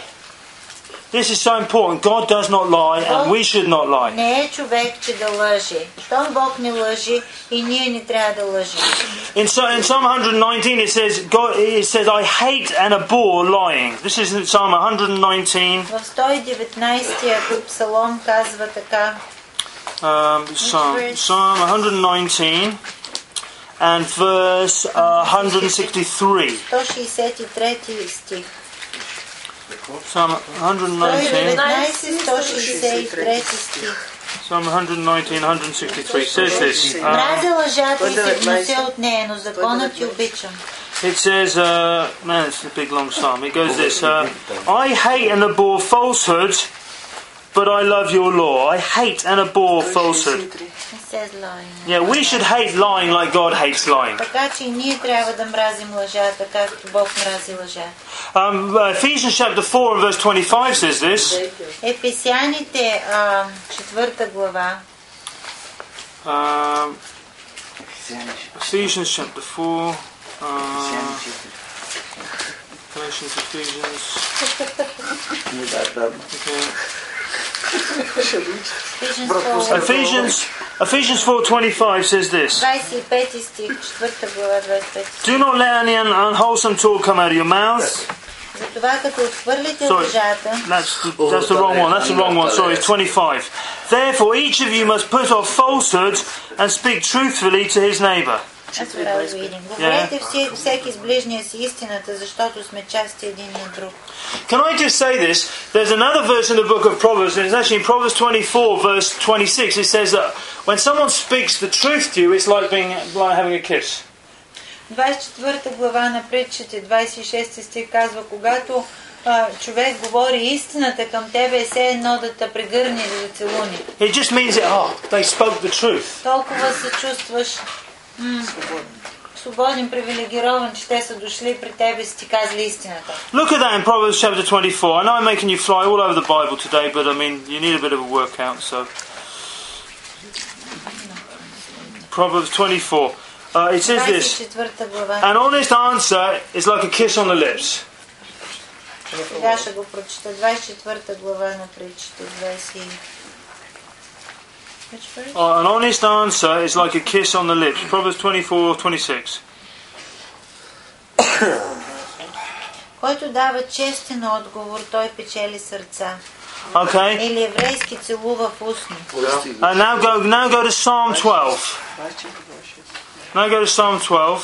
[SPEAKER 1] This is so important. God does not lie, and we should not lie.
[SPEAKER 2] Не е човек, че да лъжи. Щом Бог не лъжи и ние не трябва да лъжим.
[SPEAKER 1] In, so, in Psalm 119, it says, God, it says, I hate and abhor lying. This is in Psalm 119,
[SPEAKER 2] В 119-я псалом казва така,
[SPEAKER 1] um, Psalm,
[SPEAKER 2] verse?
[SPEAKER 1] Psalm 119, and verse uh, 163.
[SPEAKER 2] 163 стих.
[SPEAKER 1] Psalm
[SPEAKER 2] е
[SPEAKER 1] 119,
[SPEAKER 2] 119-163 стих.
[SPEAKER 1] Psalm 119, 163 says this. Um,
[SPEAKER 2] Мразя лъжата и се гнуся от нея, но законът ти обичам.
[SPEAKER 1] It says, uh, man, it's a big long psalm. It goes this uh, I hate and abhor falsehood, but I love your law. I hate and abhor falsehood.
[SPEAKER 2] Не се злай.
[SPEAKER 1] Yeah, we should hate lying like God hates lying.
[SPEAKER 2] Така че и ние трябва да мразим лъжата, както Бог мрази лъжата.
[SPEAKER 1] Um, uh, Ephesians chapter 4 and verse 25 says this.
[SPEAKER 2] Ефесяните, 4 глава,
[SPEAKER 1] Um, Ephesians chapter 4. Uh, Galatians, Ephesians. Okay.
[SPEAKER 2] Ephesians 4,
[SPEAKER 3] Пропусна.
[SPEAKER 1] Ephesians Ephesians 4:25 says this:
[SPEAKER 2] 25 стих, 4 глава 25 стих.
[SPEAKER 1] Do not let any un- unwholesome talk come out of your mouths.
[SPEAKER 2] Затова като отхвърлите
[SPEAKER 1] Sorry.
[SPEAKER 2] лъжата,
[SPEAKER 1] That's the,
[SPEAKER 4] Oh,
[SPEAKER 1] that's the wrong one. That's the wrong one. Sorry, it's 25. Therefore, each of you must put off falsehood and speak truthfully to his neighbour.
[SPEAKER 2] Аз трябва да го видим. Говорете все- всеки с ближния си истината, защото сме части един на друг.
[SPEAKER 1] Can I just say this? There's another verse in the book of Proverbs, and it's actually in Proverbs 24, verse 26. It says that when someone speaks the truth to you, it's like being like having a kiss.
[SPEAKER 2] 24 глава на притчите, 26 стих казва, когато а, човек говори истината към тебе, е все едно да те прегърне и да те целуни.
[SPEAKER 1] It just means that oh, they spoke the truth.
[SPEAKER 2] Толкова се чувстваш м, свободен, привилегирован, че те са дошли при тебе и са ти казали истината.
[SPEAKER 1] Look at that in Proverbs chapter 24. I know I'm making you fly all over the Bible today, but I mean, you need a bit of a workout, so. Proverbs 24. Uh, it says this
[SPEAKER 2] 24 глава.
[SPEAKER 1] An honest answer is like a kiss on the lips.
[SPEAKER 2] Сега ще го прочета. 24 глава на притчите. 20. Which verse?
[SPEAKER 1] Uh, an honest answer is like a kiss on the lips. Proverbs 24, 26.
[SPEAKER 2] Който дава честен отговор, той печели сърца.
[SPEAKER 1] Okay?
[SPEAKER 2] Или еврейски целува в устни.
[SPEAKER 1] And now go, now go to Psalm 12. Now go to Psalm 12.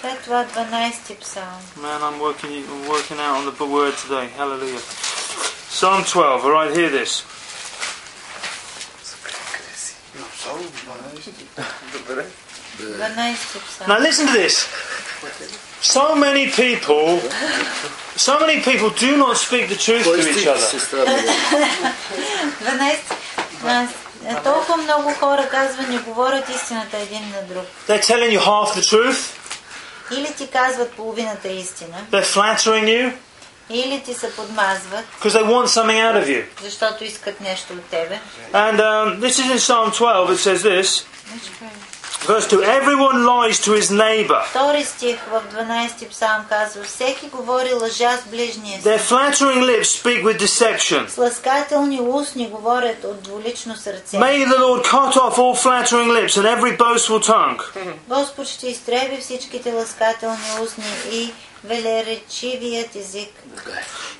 [SPEAKER 2] След това 12-ти псалм.
[SPEAKER 1] Man, I'm working, I'm working out on the b- word today. Hallelujah. Psalm 12. All right, hear this.
[SPEAKER 3] Добре.
[SPEAKER 2] 12-ти псалм.
[SPEAKER 1] Now listen to this. So many people, so many people do not speak the truth to each other.
[SPEAKER 4] Сестра ми
[SPEAKER 2] 12 Аз- е, Толкова много хора казва, не говорят истината един на друг.
[SPEAKER 1] They're telling you half the truth.
[SPEAKER 2] Или ти казват половината истина,
[SPEAKER 1] They're flattering you
[SPEAKER 2] или ти се подмазват,
[SPEAKER 1] because they want something out of you.
[SPEAKER 2] защото искат нещо от тебе.
[SPEAKER 1] And um, this is in Psalm 12. It says this, verse two: Everyone lies to his neighbor.
[SPEAKER 2] Втори стих в 12-ти псалм казва, всеки говори лъжа с ближния си.
[SPEAKER 1] Their flattering lips speak with deception.
[SPEAKER 2] С ласкателни устни говорят от дволично сърце.
[SPEAKER 1] May the Lord cut off all flattering lips and every boastful tongue.
[SPEAKER 2] Господ ще изтреби всичките ласкателни устни и велеречивият език.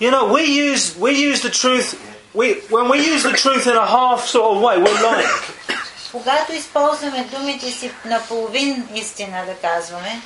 [SPEAKER 1] You know, we use we use the truth. We when we use the truth in a half sort of way, we're lying.
[SPEAKER 2] Когато използваме думите си на половин истина, да казваме,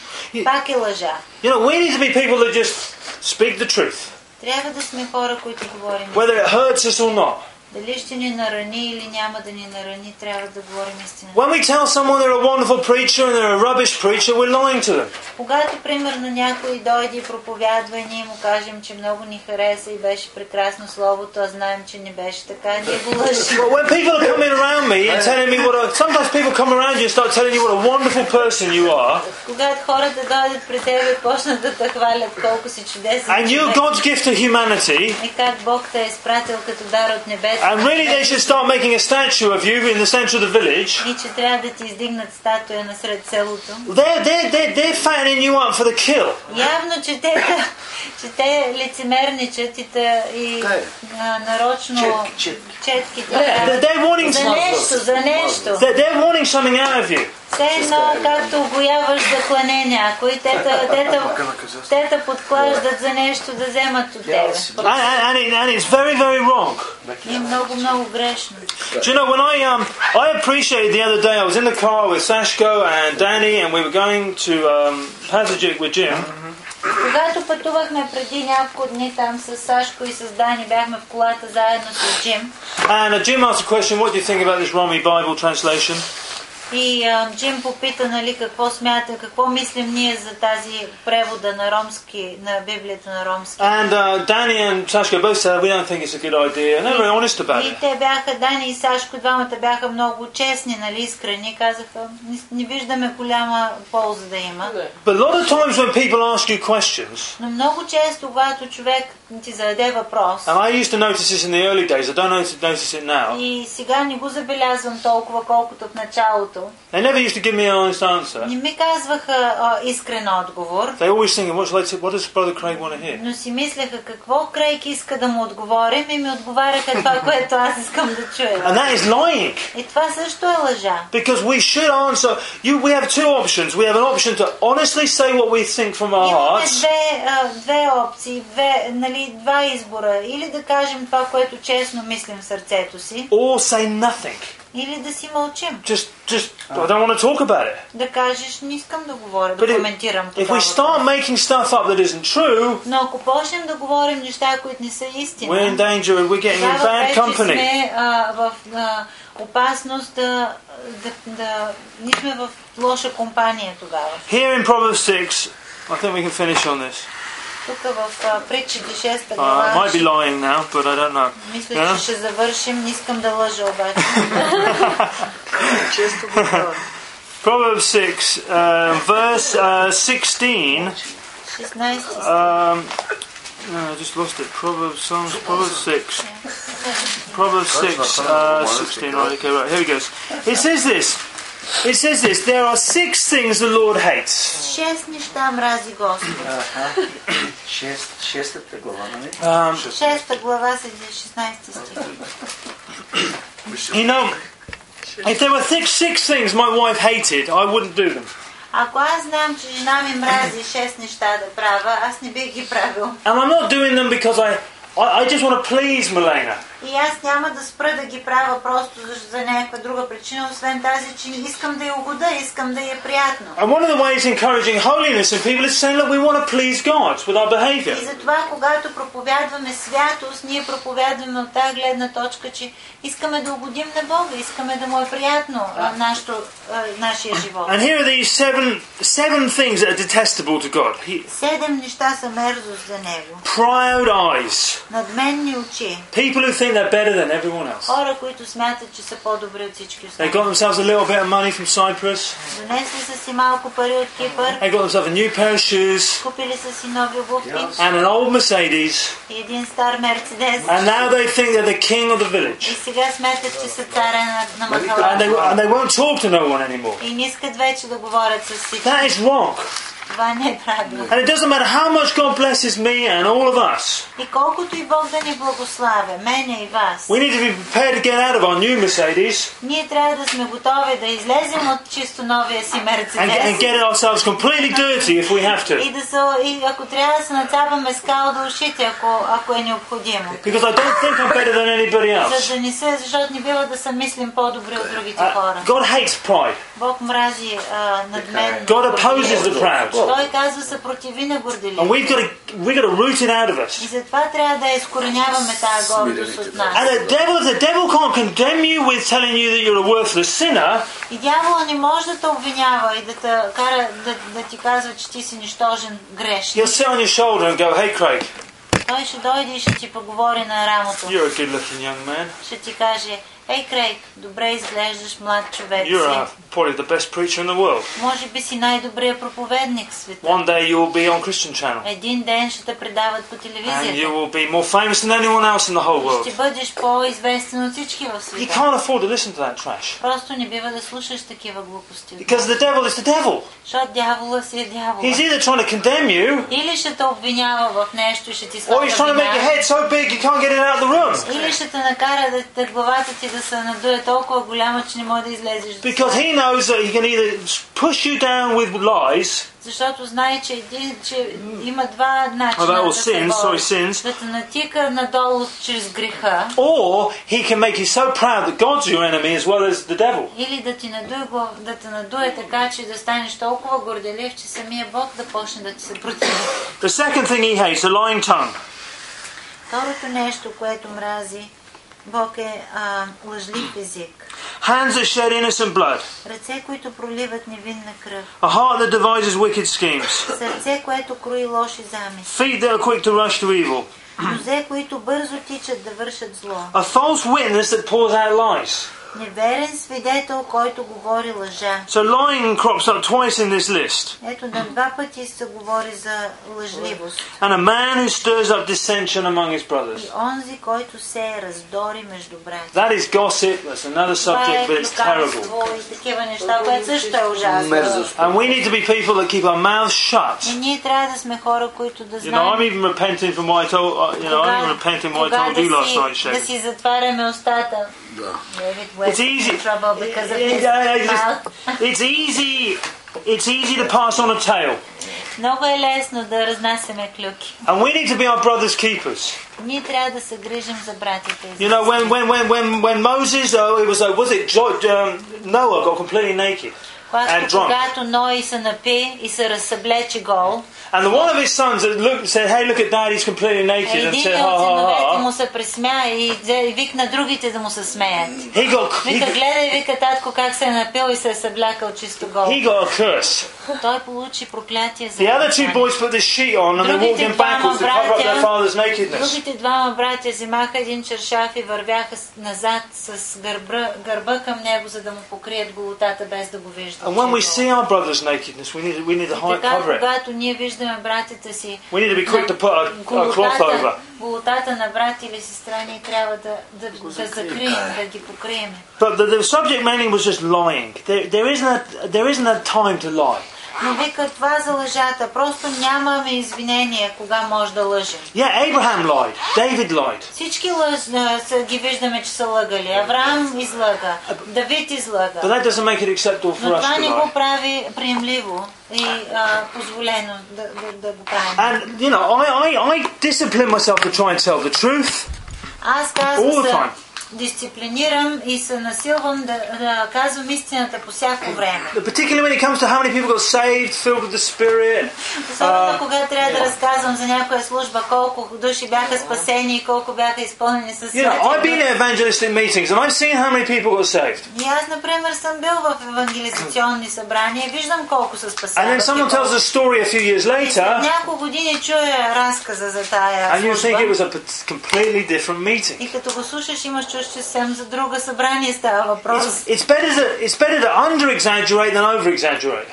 [SPEAKER 2] пак е лъжа.
[SPEAKER 1] You know, we need to be people that just speak the truth,
[SPEAKER 2] Трябва да сме хора, които говорим.
[SPEAKER 1] whether it hurts us or not.
[SPEAKER 2] Дали ще ни нарани или няма да ни нарани, трябва да говорим истината.
[SPEAKER 1] When we tell someone they're a wonderful preacher and they're a rubbish preacher, we're lying to them.
[SPEAKER 2] Когато, примерно, някой дойде и проповядва и ние му кажем, че много ни хареса и беше прекрасно словото, а знаем, че не беше така, ние го лъжим.
[SPEAKER 1] But when people are coming around me and telling me what a, sometimes people come around you and start telling you what a wonderful person you are,
[SPEAKER 2] Когато хората дойдат при тебе и почнат да те хвалят колко си чудесен
[SPEAKER 1] and you're
[SPEAKER 2] човек
[SPEAKER 1] God's gift to humanity,
[SPEAKER 2] и как Бог те е изпратил като дар от небето,
[SPEAKER 1] and really they should start making a statue of you in the centre of the village.
[SPEAKER 2] и че трябва да ти издигнат статуя насред селото.
[SPEAKER 1] They're, they're, they're, they're fattening you up for the kill.
[SPEAKER 2] Явно, че те, че те лицемерничат и, те, и
[SPEAKER 4] Кай?
[SPEAKER 2] а, нарочно
[SPEAKER 4] Четки, четки.
[SPEAKER 2] четките
[SPEAKER 1] They're,
[SPEAKER 2] правят.
[SPEAKER 1] they're wanting
[SPEAKER 2] За нещо, за нещо.
[SPEAKER 1] They're, they're wanting something out of you.
[SPEAKER 2] Все едно,
[SPEAKER 4] е.
[SPEAKER 2] както огояваш заклане някой, те те, те, те, те те подклаждат за нещо да вземат от тебе.
[SPEAKER 1] And, and, and, it, and it's very, very wrong.
[SPEAKER 2] И е много, много грешно.
[SPEAKER 1] Do you know when I um I appreciated the other day I was in the car with Sashko and Danny and we were going to um, Pazajik with Jim
[SPEAKER 2] Когато пътувахме преди няколко дни там с Сашко и с Дани, бяхме в колата заедно с Джим.
[SPEAKER 1] and uh, Jim asked a question what do you think about this Romy Bible translation
[SPEAKER 2] И а, Джим попита, нали, какво смята, какво мислим ние за тази превода на ромски, на Библията на ромски.
[SPEAKER 1] and uh, Danny and Sashko both said we don't think it's a good idea and they're very honest about
[SPEAKER 2] И
[SPEAKER 1] it
[SPEAKER 2] те бяха, Дани и Сашко, двамата бяха много честни, нали, искрени, казаха, не, не виждаме голяма полза да има.
[SPEAKER 1] but a lot of times when people ask you questions
[SPEAKER 2] Но много често, когато човек ти зададе въпрос,
[SPEAKER 1] and I used to notice this in the early days I don't notice, notice it now
[SPEAKER 2] и сега не го забелязвам толкова, колкото в началото, времето.
[SPEAKER 1] They never used to give me an honest answer.
[SPEAKER 2] Не ми казваха а, искрен отговор,
[SPEAKER 1] They always thinking, what's like, what does Brother Craig want to hear?
[SPEAKER 2] но си мислеха какво Крейг иска да му отговорим и ми отговаряха това, което аз искам да чуя.
[SPEAKER 1] And that is lying.
[SPEAKER 2] И това също е лъжа.
[SPEAKER 1] Because we should answer. You, we have two options. We have an option to honestly say what we think from our
[SPEAKER 2] Имаме
[SPEAKER 1] hearts,
[SPEAKER 2] две, а, две опции, две, нали, два избора. Или да кажем това, което честно мислим в сърцето си,
[SPEAKER 1] or say nothing.
[SPEAKER 2] или да си мълчим.
[SPEAKER 1] Just, just. I don't want to talk about it.
[SPEAKER 2] Да кажеш, не искам да говоря,
[SPEAKER 1] But
[SPEAKER 2] да коментирам
[SPEAKER 1] if, if we
[SPEAKER 2] подобно.
[SPEAKER 1] start making stuff up that isn't true,
[SPEAKER 2] Но ако почнем да говорим неща, които не са истина,
[SPEAKER 1] we're in danger and we're getting in
[SPEAKER 2] тогава
[SPEAKER 1] bad
[SPEAKER 2] вече
[SPEAKER 1] Е, company.
[SPEAKER 2] сме а, в а, опасност да, да, да... Ние сме в лоша компания тогава.
[SPEAKER 1] Here in Proverbs six, I think we can finish on this.
[SPEAKER 2] Тук в а, притчите 6
[SPEAKER 1] Uh, I
[SPEAKER 2] глава
[SPEAKER 1] might be lying now, but I don't know.
[SPEAKER 2] мисля,
[SPEAKER 1] Yeah.
[SPEAKER 2] че ще завършим. Не искам да лъжа обаче.
[SPEAKER 3] Често го правя.
[SPEAKER 1] Proverbs six, uh, verse uh, sixteen.
[SPEAKER 2] 16
[SPEAKER 1] Um, no, I just lost it. Proverbs, Psalms, Proverbs 6. Proverbs 6, uh, 16. Right, okay, right, here it goes. It says this. It says this. There are six things the Lord hates.
[SPEAKER 2] Шест неща мрази Господ.
[SPEAKER 4] Аха. Шест, шестата глава, нали?
[SPEAKER 1] Um,
[SPEAKER 2] Шеста глава седи 16 стих.
[SPEAKER 1] you know, if there were six, six things my wife hated, I wouldn't do them.
[SPEAKER 2] Ако аз знам, че жена ми мрази шест неща да правя, аз не бих ги правил.
[SPEAKER 1] And I'm not doing them because I, I, I just want to please Milena.
[SPEAKER 2] И аз няма да спра да ги правя просто за, за някаква друга причина, освен тази, че искам да я угода, искам да й е приятно.
[SPEAKER 1] And one of the ways encouraging holiness in people is saying, look, we want to please God with our behaviour.
[SPEAKER 2] И затова, когато проповядваме святост, ние проповядваме от тази гледна точка, че искаме да угодим на Бога, искаме да му е приятно а, нашето, а, нашия живот.
[SPEAKER 1] And here are these seven, seven things that are detestable to God. He,
[SPEAKER 2] Седем неща са мерзост за него.
[SPEAKER 1] proud eyes.
[SPEAKER 2] Надменни очи.
[SPEAKER 1] People who think they're better than everyone else.
[SPEAKER 2] Хора, които смятат, че са по-добри от всички
[SPEAKER 1] They
[SPEAKER 2] останали.
[SPEAKER 1] got themselves a little bit of money from Cyprus.
[SPEAKER 2] Донесли са си малко пари от Кипър,
[SPEAKER 1] They got themselves a new pair of shoes
[SPEAKER 2] купили са си нови обувки
[SPEAKER 1] and an old Mercedes.
[SPEAKER 2] и един стар Мерцедес.
[SPEAKER 1] And now they think they're the king of the
[SPEAKER 2] И
[SPEAKER 1] village.
[SPEAKER 2] сега смятат, че са царя на, на
[SPEAKER 1] And they,
[SPEAKER 2] махалата.
[SPEAKER 1] and they won't talk to no one anymore.
[SPEAKER 2] И не искат вече да говорят с всички.
[SPEAKER 1] That is wrong.
[SPEAKER 2] Това не е правилно.
[SPEAKER 1] And it doesn't matter how much God blesses me and all of us.
[SPEAKER 2] И колкото и Бог да ни благославя, мене и вас,
[SPEAKER 1] We need to be prepared to get out of our new Mercedes
[SPEAKER 2] ние трябва да сме готови да излезем от чисто новия си
[SPEAKER 1] and, and
[SPEAKER 2] Мерцедес.
[SPEAKER 1] get ourselves completely dirty if we have
[SPEAKER 2] И,
[SPEAKER 1] to.
[SPEAKER 2] да са, и ако трябва да се нацапаме скал до ушите, ако, ако е необходимо.
[SPEAKER 1] Because I don't think I'm better than anybody
[SPEAKER 2] За
[SPEAKER 1] else.
[SPEAKER 2] да не се, защото не бива да се мислим по-добре от другите
[SPEAKER 1] Uh,
[SPEAKER 2] хора.
[SPEAKER 1] God hates pride.
[SPEAKER 2] Бог мрази а, надменно.
[SPEAKER 1] God opposes the proud.
[SPEAKER 2] Той казва съпротиви на
[SPEAKER 1] And
[SPEAKER 2] горделите.
[SPEAKER 1] we've got to we've got to root it out of
[SPEAKER 2] И
[SPEAKER 1] us.
[SPEAKER 2] затова трябва да я изкореняваме тази гордост от нас.
[SPEAKER 1] And the devil the devil can't condemn you with telling you that you're a worthless sinner
[SPEAKER 2] И дявола не може да те обвинява и да те кара да, да ти казва, че ти си нищожен грешник.
[SPEAKER 1] He'll sit on your shoulder and go, "Hey, Craig,
[SPEAKER 2] Той ще дойде и ще ти поговори на рамото.
[SPEAKER 1] you're a good-looking young man.
[SPEAKER 2] Ще ти каже, ей Крейг, добре изглеждаш, млад човек
[SPEAKER 1] You're
[SPEAKER 2] си.
[SPEAKER 1] uh probably the best preacher in the world.
[SPEAKER 2] Може би си най-добрият проповедник в света.
[SPEAKER 1] One day you will be on Christian Channel,
[SPEAKER 2] Един ден ще те предават по
[SPEAKER 1] and you
[SPEAKER 2] телевизията.
[SPEAKER 1] will be more famous than anyone else in the whole
[SPEAKER 2] И
[SPEAKER 1] world."
[SPEAKER 2] ще бъдеш по-известен от всички в
[SPEAKER 1] You
[SPEAKER 2] света.
[SPEAKER 1] can't afford to listen to that trash
[SPEAKER 2] Просто не бива да слушаш такива глупости.
[SPEAKER 1] because the devil is the devil.
[SPEAKER 2] Защото дявола си е дявола.
[SPEAKER 1] He's either trying to condemn you,
[SPEAKER 2] Или ще те обвинява в нещо и ще ти
[SPEAKER 1] or he's trying
[SPEAKER 2] слага
[SPEAKER 1] to make your
[SPEAKER 2] вина.
[SPEAKER 1] head so big you can't get it out of the room.
[SPEAKER 2] Или ще те накара да, да главата ти да се надуе толкова голяма, че не може да излезеш. до
[SPEAKER 1] Because
[SPEAKER 2] света.
[SPEAKER 1] he knows that he can either push you down with lies.
[SPEAKER 2] Защото знае, че, един, че има два
[SPEAKER 1] Oh, that
[SPEAKER 2] начина
[SPEAKER 1] was
[SPEAKER 2] да се
[SPEAKER 1] sins, sorry,
[SPEAKER 2] бори.
[SPEAKER 1] sins.
[SPEAKER 2] Да те натика надолу чрез греха.
[SPEAKER 1] Or he can make you so proud that God's your enemy as well as the devil.
[SPEAKER 2] Или да, ти надуе, глав- да те надуе така, че да станеш толкова горделив, че самия Бог да почне да ти се противи.
[SPEAKER 1] The second thing he hates, a lying tongue.
[SPEAKER 2] Второто нещо, което мрази Бог е а, лъжлив език.
[SPEAKER 1] Hands that shed innocent blood.
[SPEAKER 2] Ръце, които проливат невинна кръв.
[SPEAKER 1] A heart that devises wicked schemes.
[SPEAKER 2] Сърце, което крои лоши замисли.
[SPEAKER 1] Feet that are quick to rush to evil.
[SPEAKER 2] Нозе, които бързо тичат да вършат зло.
[SPEAKER 1] A false witness that pours out lies.
[SPEAKER 2] Неверен свидетел, който говори лъжа.
[SPEAKER 1] So lying crops up twice in this list.
[SPEAKER 2] Ето на два пъти се говори за лъжливост.
[SPEAKER 1] And a man who stirs up dissension among his
[SPEAKER 2] И
[SPEAKER 1] brothers.
[SPEAKER 2] онзи, който се е раздори между братя.
[SPEAKER 1] That is gossip, that's another
[SPEAKER 2] Това е
[SPEAKER 1] subject, but it's terrible.
[SPEAKER 2] клюканство и такива неща, което също е ужасно.
[SPEAKER 4] Мерзост.
[SPEAKER 1] And we need to be people that keep our mouths
[SPEAKER 2] И
[SPEAKER 1] shut.
[SPEAKER 2] ние трябва да сме хора, които да
[SPEAKER 1] You know, I'm
[SPEAKER 2] знаем
[SPEAKER 1] even repenting for what I told, uh, you know, I'm even repenting what I
[SPEAKER 2] кога
[SPEAKER 1] told you
[SPEAKER 2] да,
[SPEAKER 1] last night,
[SPEAKER 2] си, да
[SPEAKER 1] Shane.
[SPEAKER 2] си затваряме устата.
[SPEAKER 5] Да.
[SPEAKER 2] David West
[SPEAKER 1] It's easy.
[SPEAKER 2] in trouble because of his
[SPEAKER 1] Yeah, I just-
[SPEAKER 2] mouth.
[SPEAKER 1] It's easy, it's easy to pass on a tale.
[SPEAKER 2] Много е лесно да разнасяме клюки.
[SPEAKER 1] And we need to be our brother's keepers.
[SPEAKER 2] Ние трябва да се грижим за братите.
[SPEAKER 1] You know, when when when when, when Moses, oh, it was uh, was it jo- um, Noah got completely naked, and
[SPEAKER 2] Когато,
[SPEAKER 1] drunk.
[SPEAKER 2] когато Ной се напи и се разсъблече гол,
[SPEAKER 1] and the one of his sons that looked said, "Hey, look at Dad, he's completely naked," and said,
[SPEAKER 2] един
[SPEAKER 1] "Ha
[SPEAKER 2] от синовете
[SPEAKER 1] ha ha."
[SPEAKER 2] му се пресмя и взе- и викна другите да му се смеят.
[SPEAKER 1] He got he,
[SPEAKER 2] Вика,
[SPEAKER 1] got-
[SPEAKER 2] гледай, вика татко как се е напил и се е съблякал чисто гол.
[SPEAKER 1] he got a curse.
[SPEAKER 2] Той получи проклятие за
[SPEAKER 1] The other two
[SPEAKER 2] изгнание.
[SPEAKER 1] boys put this sheet on and they walked in backwards to cover up their father's nakedness.
[SPEAKER 2] Другите двама братя взимаха един чершаф и вървяха с- назад с гърба, гърба към него, за да му покрият голотата без да го виждат.
[SPEAKER 1] And when we
[SPEAKER 2] че е
[SPEAKER 1] see our brother's nakedness, we need to- we need to
[SPEAKER 2] гол. И
[SPEAKER 1] hide,
[SPEAKER 2] така,
[SPEAKER 1] cover it.
[SPEAKER 2] когато ние виждаме братята си,
[SPEAKER 1] We need to be quick to put a, a cloth over.
[SPEAKER 2] голотата, голотата на брат или сестра, ние трябва да, да, да, закрием, да ги покрием.
[SPEAKER 1] But the, the subject mainly was just lying. There, there isn't a, there isn't a time to lie.
[SPEAKER 2] Но вика това за лъжата, просто нямаме извинения кога може да лъжем.
[SPEAKER 1] Yeah, Abraham lied. David lied.
[SPEAKER 2] Всички лъж, а, са- ги виждаме, че са лъгали. Авраам излъга, Давид излъга.
[SPEAKER 1] But that doesn't make it acceptable for
[SPEAKER 2] Но
[SPEAKER 1] us
[SPEAKER 2] това
[SPEAKER 1] to
[SPEAKER 2] не го
[SPEAKER 1] lie.
[SPEAKER 2] прави приемливо и а, позволено да, да, да го правим.
[SPEAKER 1] And you know, I, I, I discipline myself to try and tell the truth.
[SPEAKER 2] Аз казвам
[SPEAKER 1] All the
[SPEAKER 2] се
[SPEAKER 1] time.
[SPEAKER 2] дисциплинирам и се насилвам да, да казвам истината по всяко време.
[SPEAKER 1] Particularly when it comes to how many people got saved, filled with the Spirit.
[SPEAKER 2] Особено
[SPEAKER 1] А,
[SPEAKER 2] когато трябва да разказвам за някоя служба, колко души бяха спасени и колко бяха изпълнени със
[SPEAKER 1] You know, I've been
[SPEAKER 2] святия.
[SPEAKER 1] at evangelistic meetings and I've seen how many people got saved.
[SPEAKER 2] И аз, например, съм бил в евангелизационни събрания и виждам колко са спасени.
[SPEAKER 1] And then someone tells a story a few years later,
[SPEAKER 2] Няколко години чуя разказа за
[SPEAKER 1] and you
[SPEAKER 2] тая
[SPEAKER 1] think it
[SPEAKER 2] служба.
[SPEAKER 1] was a p- completely different meeting.
[SPEAKER 2] И като го слушаш, имаш чувство, че съвсем за друга събрание става въпрос.
[SPEAKER 1] It's, it's better to it's better to under exaggerate than over exaggerate.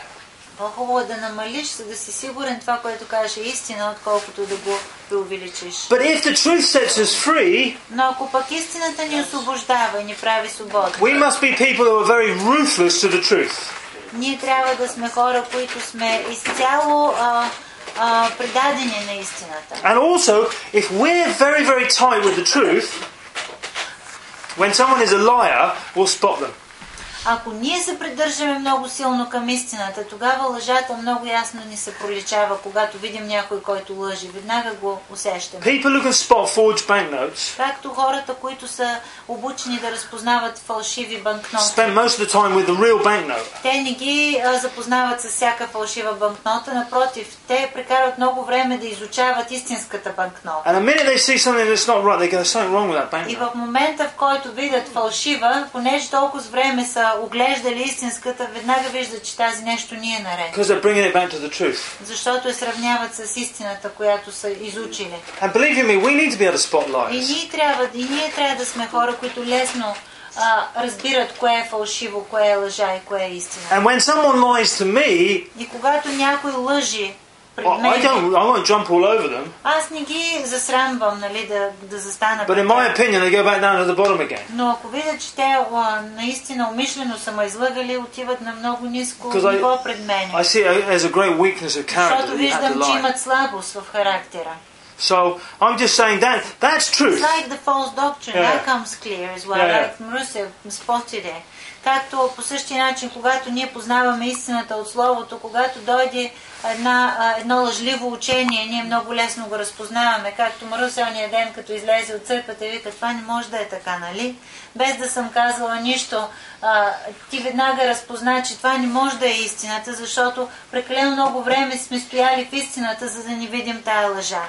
[SPEAKER 2] По-хубаво е да намалиш, за да си сигурен това, което кажеш е истина, отколкото да го преувеличиш.
[SPEAKER 1] But if the truth sets us free,
[SPEAKER 2] Но ако пък истината ни освобождава и ни прави свободни,
[SPEAKER 1] we must be people who are very ruthless to the truth.
[SPEAKER 2] ние трябва да сме хора, които сме изцяло а, а, предадени на истината.
[SPEAKER 1] And also, if we're very, very tight with the truth, when someone is a liar, we'll spot them.
[SPEAKER 2] Ако ние се придържаме много силно към истината, тогава лъжата много ясно ни се проличава, когато видим някой, който лъжи. Веднага го усещаме.
[SPEAKER 1] People who can spot forged banknotes
[SPEAKER 2] Както хората, които са обучени да разпознават фалшиви банкноти.
[SPEAKER 1] spend most of the time with the real banknote.
[SPEAKER 2] Те не ги а, запознават с всяка фалшива банкнота, напротив, те прекарват много време да изучават истинската банкнота.
[SPEAKER 1] And the minute they see something that's not right, they go, there's something wrong with that
[SPEAKER 2] И
[SPEAKER 1] banknote.
[SPEAKER 2] в момента, в който видят фалшива, понеже толкова време са оглеждали истинската, веднага виждат, че тази нещо ни е наред.
[SPEAKER 1] Because they're bringing it back to the truth.
[SPEAKER 2] Защото я сравняват с истината, която са изучили.
[SPEAKER 1] And believe you me, we need to be able to spot
[SPEAKER 2] И
[SPEAKER 1] liars.
[SPEAKER 2] ние трябва, и ние трябва да сме хора, които лесно а, разбират кое е фалшиво, кое е лъжа и кое е истина.
[SPEAKER 1] And when someone lies to me,
[SPEAKER 2] И когато някой лъжи
[SPEAKER 1] well,
[SPEAKER 2] пред
[SPEAKER 1] I
[SPEAKER 2] мен,
[SPEAKER 1] don't, I won't jump all over them.
[SPEAKER 2] аз не ги засрамвам, нали, да, да застана
[SPEAKER 1] But
[SPEAKER 2] пред
[SPEAKER 1] in my
[SPEAKER 2] тях.
[SPEAKER 1] opinion, they go back down to the bottom again.
[SPEAKER 2] Но ако видя, че те а, наистина умишлено са ме излъгали, отиват на много ниско
[SPEAKER 1] Because I-
[SPEAKER 2] ниво пред мен.
[SPEAKER 1] I see it as a great weakness of character that you
[SPEAKER 2] Защото
[SPEAKER 1] have to
[SPEAKER 2] виждам, че
[SPEAKER 1] lie.
[SPEAKER 2] имат слабост в характера.
[SPEAKER 1] So I'm just saying that that's
[SPEAKER 2] It's
[SPEAKER 1] truth.
[SPEAKER 2] like the false doctrine,
[SPEAKER 1] Yeah.
[SPEAKER 2] that comes clear as well,
[SPEAKER 1] Yeah, yeah.
[SPEAKER 2] like е Rusev spotted it. Както по същия начин, когато ние познаваме истината от Словото, когато дойде една, а, едно лъжливо учение, ние много лесно го разпознаваме. Както Марусел ония ден, като излезе от църквата и вика, това не може да е така, нали? Без да съм казала нищо, а, ти веднага разпозна, че това не може да е истината, защото прекалено много време сме стояли в истината, за да не видим тая лъжа.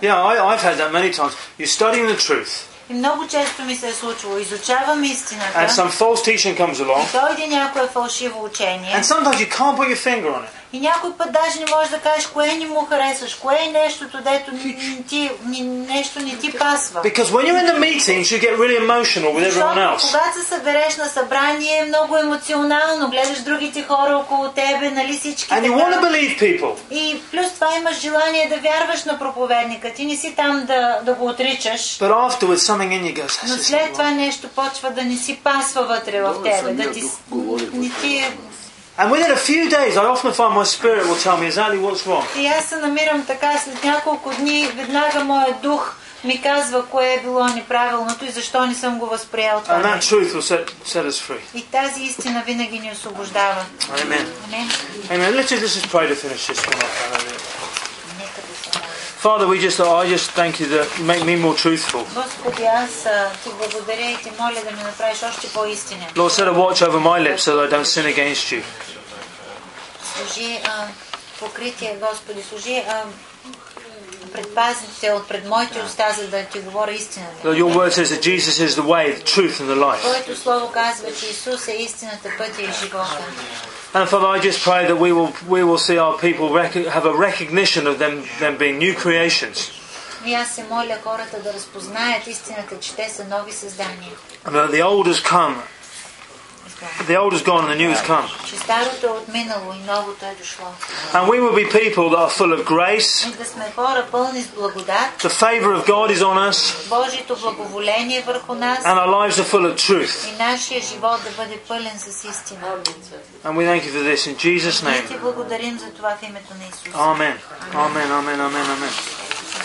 [SPEAKER 1] Yeah, I, I've had that many times. You're studying the truth,
[SPEAKER 2] И много често ми се е случвало. Изучавам
[SPEAKER 1] and
[SPEAKER 2] истината.
[SPEAKER 1] some false teaching comes along,
[SPEAKER 2] Дойде някое фалшиво учение.
[SPEAKER 1] and sometimes you can't put your finger on it.
[SPEAKER 2] И някой път даже не можеш да кажеш кое не му харесваш, кое е нещото, дето ни- ни ти, ни, нещо не ти пасва.
[SPEAKER 1] Because when you're in the meetings, you get really emotional with everyone
[SPEAKER 2] Защото
[SPEAKER 1] else.
[SPEAKER 2] когато се събереш на събрание е много емоционално, гледаш другите хора около тебе, нали всички
[SPEAKER 1] And you
[SPEAKER 2] така.
[SPEAKER 1] want to believe people.
[SPEAKER 2] И плюс това имаш желание да вярваш на проповедника. Ти не си там да, да го отричаш.
[SPEAKER 1] But afterwards, something in you goes,
[SPEAKER 2] Но
[SPEAKER 1] that's
[SPEAKER 2] след
[SPEAKER 1] just
[SPEAKER 2] това нещо почва да не си пасва вътре в тебе, да ти, с- не ти е
[SPEAKER 1] And within a few days, I often find my spirit will tell me exactly what's wrong.
[SPEAKER 2] И аз се намирам така след няколко дни, веднага моят дух ми казва кое е било неправилното и защо не съм го възприял това.
[SPEAKER 1] And that
[SPEAKER 2] нещо.
[SPEAKER 1] truth will set, set us free.
[SPEAKER 2] И тази истина винаги ни освобождава.
[SPEAKER 1] Amen.
[SPEAKER 2] Амен.
[SPEAKER 1] Amen. Let's just, let's just pray to finish this one up. Hallelujah.
[SPEAKER 2] Нека да се моля.
[SPEAKER 1] Father, we just, I just thank you that you make me more truthful.
[SPEAKER 2] Господи, аз а, ти благодаря и ти моля да ме направиш още по-истинен.
[SPEAKER 1] Lord, set a watch over my lips so that I don't sin against you.
[SPEAKER 2] Служи а, покритие, Господи, служи а, предпазни се от пред моите уста, за да ти говоря истината.
[SPEAKER 1] Lord, your word says that Jesus is the way, the truth, and the life.
[SPEAKER 2] Твоето слово казва, че Исус е истината, пътя и живота.
[SPEAKER 1] And Father, I just pray that we will, we will see our people rec- have a recognition of them, them being new creations.
[SPEAKER 2] И аз се моля хората да разпознаят истината, че те са нови създания.
[SPEAKER 1] And that the old has come, the old has gone, and the new has come.
[SPEAKER 2] Че старото е отминало и новото е дошло.
[SPEAKER 1] And we will be people that are full of grace.
[SPEAKER 2] И да сме хора пълни с благодат,
[SPEAKER 1] The favour of God is on us,
[SPEAKER 2] Божието благоволение върху нас
[SPEAKER 1] and our lives are full of truth.
[SPEAKER 2] и нашия живот да бъде пълен с истина.
[SPEAKER 1] And we thank you for this in Jesus' name.
[SPEAKER 2] И ти благодарим за това в името на Исус.
[SPEAKER 1] Amen. Amen. Amen. Amen. Amen.